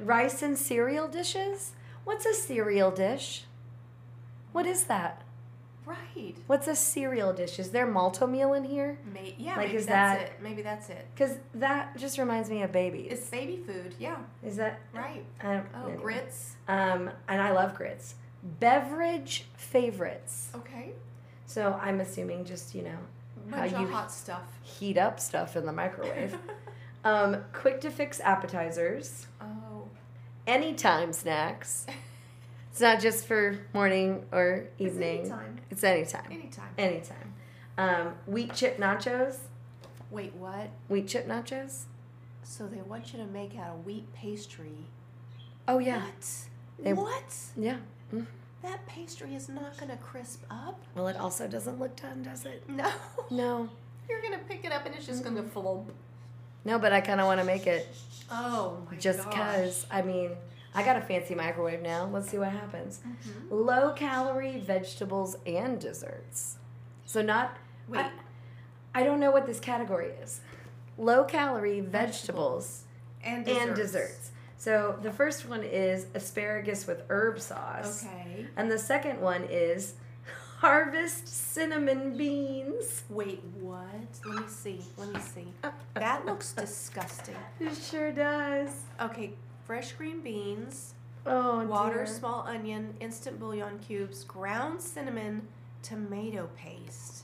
Speaker 1: Rice and cereal dishes? What's a cereal dish? What is that?
Speaker 2: Right.
Speaker 1: What's a cereal dish? Is there malto meal in here?
Speaker 2: May- yeah.
Speaker 1: Like,
Speaker 2: maybe
Speaker 1: is
Speaker 2: that's
Speaker 1: that-
Speaker 2: it. Maybe that's it.
Speaker 1: Cuz that just reminds me of babies.
Speaker 2: It's baby food. Yeah.
Speaker 1: Is that
Speaker 2: Right.
Speaker 1: I don't
Speaker 2: Oh,
Speaker 1: anyway.
Speaker 2: grits.
Speaker 1: Um and I love grits. Beverage favorites.
Speaker 2: Okay.
Speaker 1: So I'm assuming just, you know, How
Speaker 2: Bunch of
Speaker 1: you-
Speaker 2: hot [LAUGHS] stuff.
Speaker 1: heat up stuff in the
Speaker 2: Oh. [LAUGHS]
Speaker 1: microwave. um quick to fix appetizers.
Speaker 2: oh.
Speaker 1: anytime snacks. It's not just for morning or evening.
Speaker 2: It's anytime.
Speaker 1: It's anytime.
Speaker 2: Anytime.
Speaker 1: Anytime. Um, wheat chip nachos.
Speaker 2: Wait, what?
Speaker 1: Wheat chip nachos.
Speaker 2: So they want you to make out a wheat pastry.
Speaker 1: Oh yeah.
Speaker 2: What?
Speaker 1: They-
Speaker 2: what?
Speaker 1: Yeah.
Speaker 2: That pastry is not gonna crisp up. [LAUGHS]
Speaker 1: Well, it also doesn't look done, does it?
Speaker 2: No.
Speaker 1: No.
Speaker 2: You're gonna pick it up and it's just gonna flop.
Speaker 1: No, but I kind of want to make it
Speaker 2: Oh my
Speaker 1: just
Speaker 2: gosh.
Speaker 1: cuz. I mean, I got a fancy microwave now. Let's see what happens.
Speaker 2: Mm-hmm.
Speaker 1: Low calorie vegetables and desserts. So not
Speaker 2: Wait,
Speaker 1: I- I don't know what this category is. Low calorie vegetables.
Speaker 2: and desserts.
Speaker 1: and desserts. So the first one is asparagus with herb sauce.
Speaker 2: Okay.
Speaker 1: And the second one is harvest cinnamon beans.
Speaker 2: Wait, what? Let me see. Let me [LAUGHS] see. That looks disgusting.
Speaker 1: It sure does.
Speaker 2: Okay, fresh green beans,
Speaker 1: Oh,
Speaker 2: water,
Speaker 1: dear.
Speaker 2: small onion, instant bouillon cubes, ground cinnamon, tomato paste.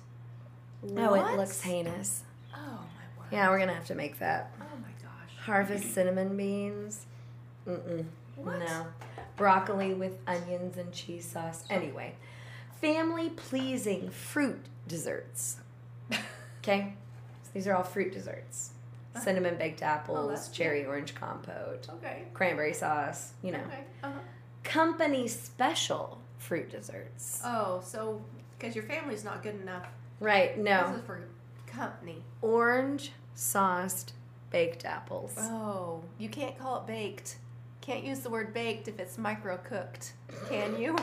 Speaker 1: Oh,
Speaker 2: What?
Speaker 1: it looks heinous.
Speaker 2: Oh my word.
Speaker 1: Yeah, we're gonna have to make that.
Speaker 2: Oh my gosh.
Speaker 1: Harvest cinnamon beans. Mm-mm.
Speaker 2: What?
Speaker 1: No. Broccoli with onions and cheese sauce. Anyway, family pleasing fruit desserts. Okay? So these are all fruit desserts cinnamon baked apples,
Speaker 2: Ah. Oh, that's
Speaker 1: cherry orange compote,
Speaker 2: [LAUGHS] Okay.
Speaker 1: cranberry sauce, you know.
Speaker 2: Okay. Uh-huh.
Speaker 1: Company special fruit desserts.
Speaker 2: Oh, so because your family's not good enough.
Speaker 1: Right,
Speaker 2: This
Speaker 1: no.
Speaker 2: is for company.
Speaker 1: Orange sauced baked apples.
Speaker 2: Oh, you can't call it baked. Can't use the word baked if it's micro cooked, can
Speaker 1: [LAUGHS]
Speaker 2: you?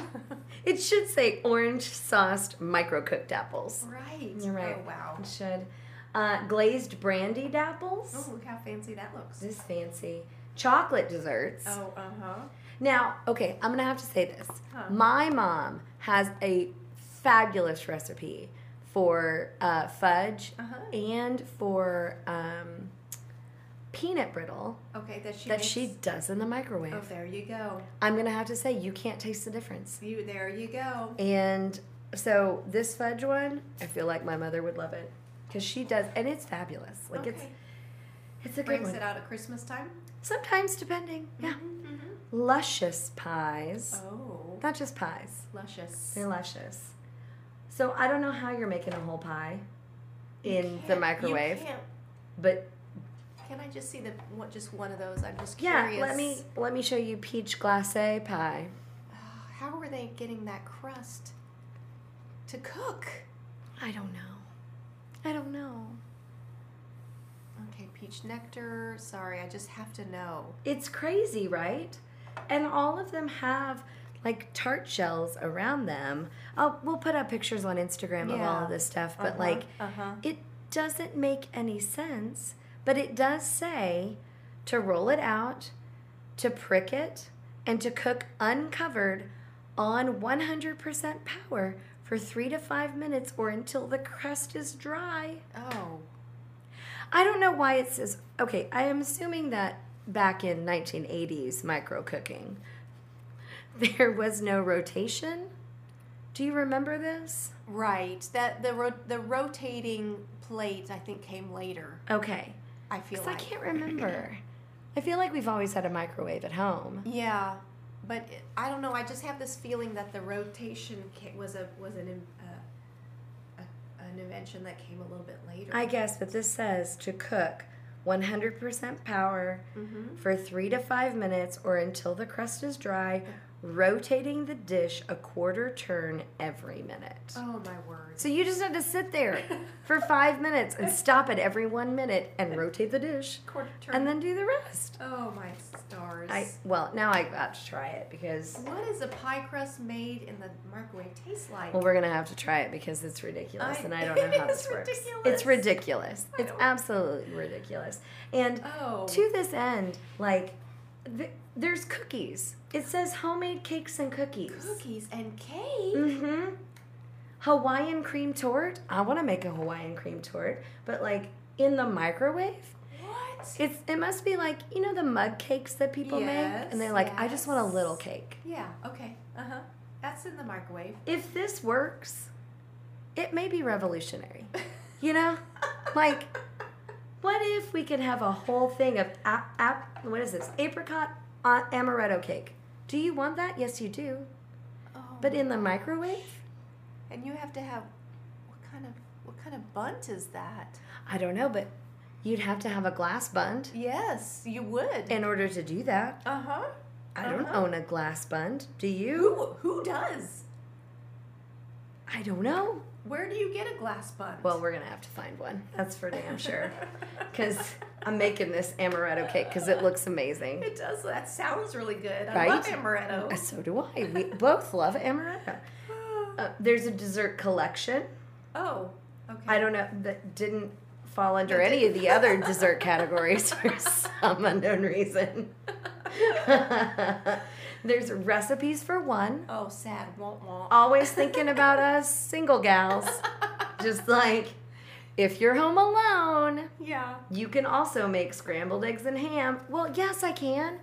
Speaker 1: It should say orange sauced micro cooked apples.
Speaker 2: right.
Speaker 1: You're right.
Speaker 2: Oh, wow.
Speaker 1: It should. Uh, glazed brandied
Speaker 2: Oh,
Speaker 1: apples.
Speaker 2: look how fancy that looks.
Speaker 1: This is fancy. Chocolate desserts.
Speaker 2: Oh, uh huh.
Speaker 1: Now, okay, I'm gonna have to say this.
Speaker 2: Huh.
Speaker 1: My mom has a fabulous recipe for uh, fudge
Speaker 2: Uh huh.
Speaker 1: and for um, peanut brittle
Speaker 2: Okay, that she.
Speaker 1: that
Speaker 2: makes-
Speaker 1: she does in the microwave.
Speaker 2: Oh, there you go.
Speaker 1: I'm gonna have to say you can't taste the difference.
Speaker 2: You there you go.
Speaker 1: And so this fudge one, I feel like my mother would love it because she does, and it's fabulous. Like
Speaker 2: okay.
Speaker 1: it's it's a good
Speaker 2: brings
Speaker 1: one.
Speaker 2: it out at Christmas time.
Speaker 1: Sometimes depending, yeah. Mm-hmm.
Speaker 2: Mhm, mhm.
Speaker 1: Luscious pies,
Speaker 2: Oh,
Speaker 1: not just pies.
Speaker 2: luscious.
Speaker 1: They're luscious. So I don't know how you're making a whole pie
Speaker 2: You
Speaker 1: in
Speaker 2: can't-
Speaker 1: the
Speaker 2: you
Speaker 1: microwave,
Speaker 2: can't-
Speaker 1: but
Speaker 2: Can I just see the what? Just one of those? I'm just
Speaker 1: yeah,
Speaker 2: curious.
Speaker 1: let me let me show you peach glacé pie.
Speaker 2: Ah, How were they getting that crust to cook?
Speaker 1: I don't know. I don't know.
Speaker 2: Okay, peach nectar. Sorry, I just have to know.
Speaker 1: It's crazy, right? And all of them have like tart shells around them. I'll, we'll put up pictures on Instagram of all
Speaker 2: Yeah.
Speaker 1: of this stuff, but like
Speaker 2: uh huh.
Speaker 1: it doesn't make any sense, but it does say to roll it out, to prick it, and to cook uncovered on 100% power for three to five minutes or until the crust is dry.
Speaker 2: Oh,
Speaker 1: I don't know why it says, okay, I am assuming that back in 1980s micro cooking, [LAUGHS] there was no rotation. Do you remember this?
Speaker 2: right. That the ro- the rotating plate I think came later.
Speaker 1: Okay.
Speaker 2: I feel
Speaker 1: Because I
Speaker 2: like
Speaker 1: can't remember. I feel like we've always had a microwave at home.
Speaker 2: yeah, but it, I don't know. I just have this feeling that the rotation ca- was a was an in- uh, a, a an invention that came a little bit later.
Speaker 1: I guess, but this says to cook 100% power
Speaker 2: mm-hmm.
Speaker 1: for three to five minutes or until the crust is dry, rotating the dish a quarter turn every minute.
Speaker 2: Oh my word.
Speaker 1: So you just have to sit [LAUGHS] there for five minutes and stop at every one minute and rotate the dish
Speaker 2: Quarter turn.
Speaker 1: and then do the rest.
Speaker 2: oh my stars.
Speaker 1: I well now I got to try it because
Speaker 2: what is a pie crust made in the microwave taste like?
Speaker 1: well we're gonna have to try it because it's ridiculous
Speaker 2: I-
Speaker 1: and I don't know how
Speaker 2: [LAUGHS] it's
Speaker 1: this works.
Speaker 2: ridiculous.
Speaker 1: It's ridiculous.
Speaker 2: I
Speaker 1: It's
Speaker 2: don't-
Speaker 1: absolutely ridiculous. And
Speaker 2: oh.
Speaker 1: to this end, like th- there's cookies. It says homemade cakes and cookies.
Speaker 2: Cookies and cake.
Speaker 1: Mm-hmm. Hawaiian cream tort. I want to make a Hawaiian cream tort, but like in the microwave.
Speaker 2: What?
Speaker 1: It's it must be like you know the mug cakes that people make,
Speaker 2: Yes,
Speaker 1: and they're like, I just want a
Speaker 2: yes.
Speaker 1: little cake.
Speaker 2: Yeah. Okay. Uh huh. That's in the microwave. [LAUGHS]
Speaker 1: If this works, it may be revolutionary. You know, like what if we could have a whole thing of ap, ap what is this apricot uh, amaretto cake? Do you want that? Yes, you do.
Speaker 2: Oh,
Speaker 1: But in the microwave?
Speaker 2: and you have to have what kind of what kind of bunt is that?
Speaker 1: I don't know, but you'd have to have a glass bund
Speaker 2: Yes, you would.
Speaker 1: in order to do that.
Speaker 2: Uh huh.
Speaker 1: I don't
Speaker 2: Uh-huh.
Speaker 1: own a glass bund. Do you?
Speaker 2: Who who does?
Speaker 1: I don't know.
Speaker 2: Where do you get a glass bunt?
Speaker 1: Well, we're gonna have to find one. That's for damn
Speaker 2: [LAUGHS]
Speaker 1: sure. Because I'm making this amaretto cake because it looks amazing.
Speaker 2: It does. That sounds really good. I
Speaker 1: Right?
Speaker 2: love amaretto.
Speaker 1: So do I. We both love
Speaker 2: [SIGHS]
Speaker 1: amaretto. Uh, there's a dessert collection.
Speaker 2: oh, okay.
Speaker 1: I don't know that didn't fall under any of the other dessert categories [LAUGHS] for some unknown [LAUGHS] reason. there's recipes for one.
Speaker 2: oh, sad. Won't want.
Speaker 1: Always thinking about us single gals. Just like if you're home alone.
Speaker 2: [LAUGHS] yeah.
Speaker 1: You can also make scrambled eggs and ham. Well, yes, I can.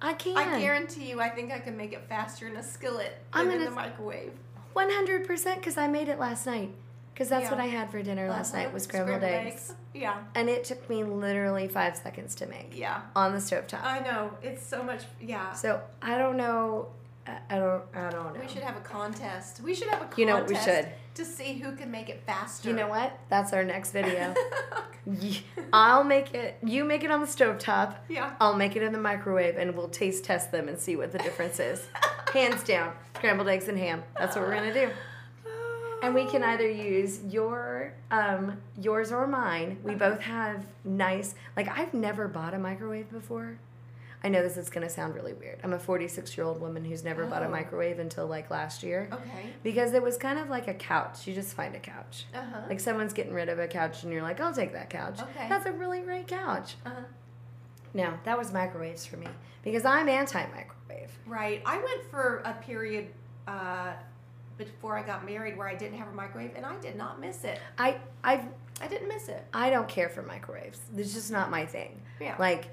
Speaker 1: I can.
Speaker 2: I guarantee you, I think I can make it faster in a skillet
Speaker 1: I'm
Speaker 2: than in
Speaker 1: gonna-
Speaker 2: the microwave.
Speaker 1: 100% because I made it last night. Because that's
Speaker 2: Yeah.
Speaker 1: what I had for dinner last night was scrambled, eggs.
Speaker 2: [LAUGHS] Yeah,
Speaker 1: And it took me literally five seconds to make
Speaker 2: yeah.
Speaker 1: on the stovetop.
Speaker 2: I know. It's so much. Yeah.
Speaker 1: so I don't know. I I don't. I don't know.
Speaker 2: We should have a contest. We should have a contest
Speaker 1: You know what we should?
Speaker 2: to see who can make it faster.
Speaker 1: you know what? That's our next
Speaker 2: [LAUGHS]
Speaker 1: video. Y- I'll make it. You make it on the stovetop.
Speaker 2: yeah.
Speaker 1: I'll make it in the microwave, and we'll taste test them and see what the difference is.
Speaker 2: [LAUGHS]
Speaker 1: Hands down, scrambled eggs and ham. That's what we're gonna do. And we can either use your um yours or mine. We both have nice like I've never bought a microwave before. I know this is gonna sound really weird. I'm a 46 year old woman who's never bought a
Speaker 2: Oh.
Speaker 1: microwave until like last year
Speaker 2: [GASPS] Okay.
Speaker 1: because it was kind of like a couch. You just find a couch.
Speaker 2: Uh huh.
Speaker 1: Like someone's getting rid of a couch and you're like, I'll take that couch.
Speaker 2: Okay.
Speaker 1: That's a really great couch.
Speaker 2: Uh-huh.
Speaker 1: No, that was microwaves for me because I'm anti microwave.
Speaker 2: Right. I went for a period uh, before I got married where I didn't have a microwave, and I did not miss it.
Speaker 1: I I
Speaker 2: I didn't miss it.
Speaker 1: I don't care for microwaves. It's just not my thing.
Speaker 2: Yeah.
Speaker 1: Like,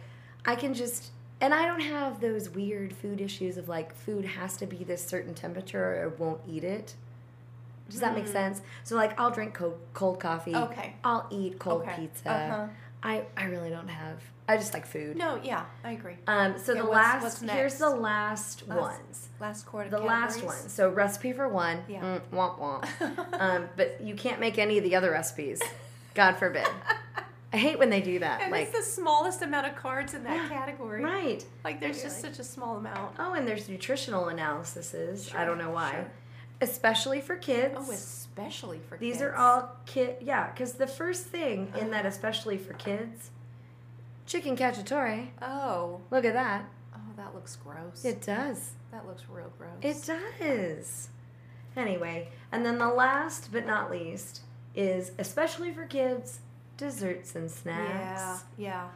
Speaker 1: I can just, and I don't have those weird food issues of like food has to be this certain temperature or I won't eat it. Does that make
Speaker 2: Hmm.
Speaker 1: sense? So like, I'll drink cold, cold coffee.
Speaker 2: Okay.
Speaker 1: I'll eat cold
Speaker 2: okay.
Speaker 1: pizza.
Speaker 2: Uh-huh.
Speaker 1: I I really don't have. I just like food.
Speaker 2: No. Yeah. I agree.
Speaker 1: Um. So
Speaker 2: Yeah,
Speaker 1: the
Speaker 2: what's-
Speaker 1: last
Speaker 2: what's
Speaker 1: here's the
Speaker 2: next?
Speaker 1: last
Speaker 2: Last-
Speaker 1: ones.
Speaker 2: Last quarter.
Speaker 1: The last one.
Speaker 2: calories.
Speaker 1: So recipe for one.
Speaker 2: Yeah.
Speaker 1: Mm, womp womp.
Speaker 2: [LAUGHS]
Speaker 1: um. But you can't make any of the other recipes. God forbid. I hate when they do that.
Speaker 2: And
Speaker 1: like
Speaker 2: it's the smallest amount of cards in that category.
Speaker 1: right.
Speaker 2: Like there's just
Speaker 1: Really?
Speaker 2: such a small amount.
Speaker 1: Oh, and there's nutritional analyses. I don't
Speaker 2: Sure,
Speaker 1: know why.
Speaker 2: sure.
Speaker 1: Especially for kids.
Speaker 2: Oh, especially for
Speaker 1: These
Speaker 2: kids. Uh-huh.
Speaker 1: are all kid. Yeah, because the first thing in that, especially for kids, chicken cacciatore.
Speaker 2: Oh,
Speaker 1: Look at that.
Speaker 2: oh, that looks gross.
Speaker 1: It does.
Speaker 2: that looks real gross.
Speaker 1: It does. Anyway, and then the last but not least is especially for kids, desserts and snacks.
Speaker 2: Yeah,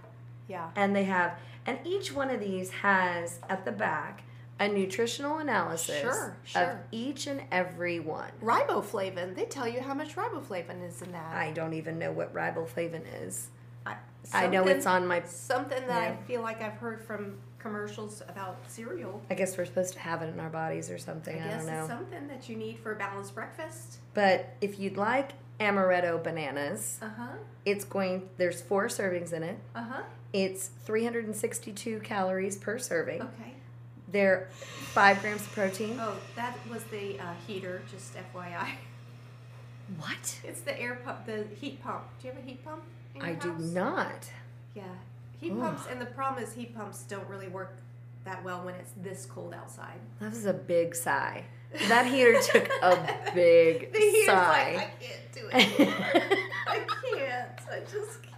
Speaker 2: yeah, yeah.
Speaker 1: And they have, and each one of these has at the back a nutritional analysis
Speaker 2: Sure,
Speaker 1: of
Speaker 2: sure.
Speaker 1: each and every one.
Speaker 2: Riboflavin. They tell you how much riboflavin is in that.
Speaker 1: I don't even know what riboflavin is. I
Speaker 2: Something-
Speaker 1: know it's on my.
Speaker 2: something that
Speaker 1: Yeah.
Speaker 2: I feel like I've heard from commercials about cereal.
Speaker 1: I guess we're supposed to have it in our bodies or something. I,
Speaker 2: I guess
Speaker 1: don't know.
Speaker 2: it's something that you need for a balanced breakfast.
Speaker 1: But if you'd like amaretto bananas,
Speaker 2: Uh huh.
Speaker 1: it's going. There's four servings in it.
Speaker 2: Uh huh.
Speaker 1: It's 362 calories per serving.
Speaker 2: Okay.
Speaker 1: They're five grams of protein.
Speaker 2: Oh, that was the uh, heater. Just FYI.
Speaker 1: What?
Speaker 2: [LAUGHS] It's the air pump, the heat pump. Do you have a heat pump? in your
Speaker 1: I do
Speaker 2: house?
Speaker 1: not.
Speaker 2: Yeah, heat
Speaker 1: Ugh.
Speaker 2: pumps, and the problem is heat pumps don't really work that well when it's this cold outside. [LAUGHS]
Speaker 1: That was a big sigh. That heater took a big
Speaker 2: the heater's
Speaker 1: sigh.
Speaker 2: like, I can't do it. anymore. I can't. I just can't.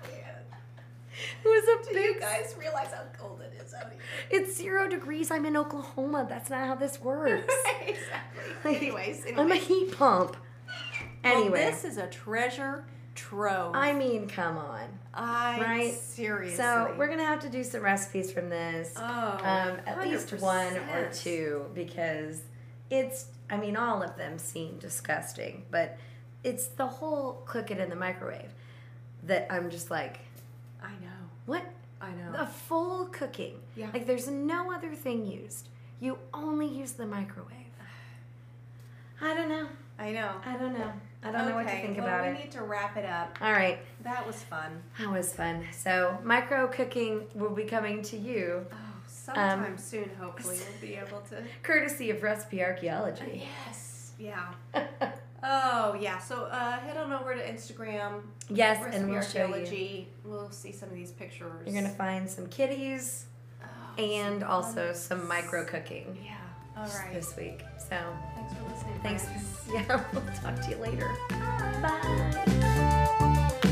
Speaker 1: [LAUGHS] it was a
Speaker 2: [LAUGHS] Do you
Speaker 1: big.
Speaker 2: guys realize how cold it is out here?
Speaker 1: It's zero degrees. I'm in Oklahoma. That's not how this
Speaker 2: [LAUGHS]
Speaker 1: works.
Speaker 2: [LAUGHS]
Speaker 1: [LAUGHS]
Speaker 2: exactly. Anyways,
Speaker 1: I'm a
Speaker 2: anyways.
Speaker 1: heat pump.
Speaker 2: [LAUGHS] Well,
Speaker 1: Anyway,
Speaker 2: this is a treasure trove.
Speaker 1: I mean, come on.
Speaker 2: I
Speaker 1: right?
Speaker 2: seriously.
Speaker 1: So we're gonna have to do some recipes from this.
Speaker 2: oh,
Speaker 1: um, at least one or
Speaker 2: 100%.
Speaker 1: two because it's i mean all of them seem disgusting but it's the whole cook it in the microwave that i'm just like
Speaker 2: I know.
Speaker 1: what
Speaker 2: I know.
Speaker 1: a full cooking
Speaker 2: Yeah.
Speaker 1: like there's no other thing used you only use the microwave i don't know
Speaker 2: I know.
Speaker 1: i don't know i don't know what to
Speaker 2: Okay,
Speaker 1: think
Speaker 2: well,
Speaker 1: about it
Speaker 2: We need to wrap it up.
Speaker 1: all right
Speaker 2: That was fun.
Speaker 1: that was fun so micro cooking will be coming to you
Speaker 2: Oh, sometime soon, hopefully, we'll be able
Speaker 1: [LAUGHS]
Speaker 2: to.
Speaker 1: courtesy of recipe archaeology
Speaker 2: Yes. Uh, Yeah.
Speaker 1: [LAUGHS]
Speaker 2: Oh, yeah. So uh, head on over to Instagram.
Speaker 1: yes
Speaker 2: Recipe
Speaker 1: and we'll show you
Speaker 2: Archaeology. We'll see some of these pictures.
Speaker 1: You're gonna find some kitties
Speaker 2: Oh,
Speaker 1: and
Speaker 2: some
Speaker 1: also
Speaker 2: fun-
Speaker 1: some micro cooking
Speaker 2: Yeah. All right.
Speaker 1: this week. So [LAUGHS]
Speaker 2: Thanks for listening.
Speaker 1: thanks.
Speaker 2: friends.
Speaker 1: Yeah, we'll talk to you later. Bye.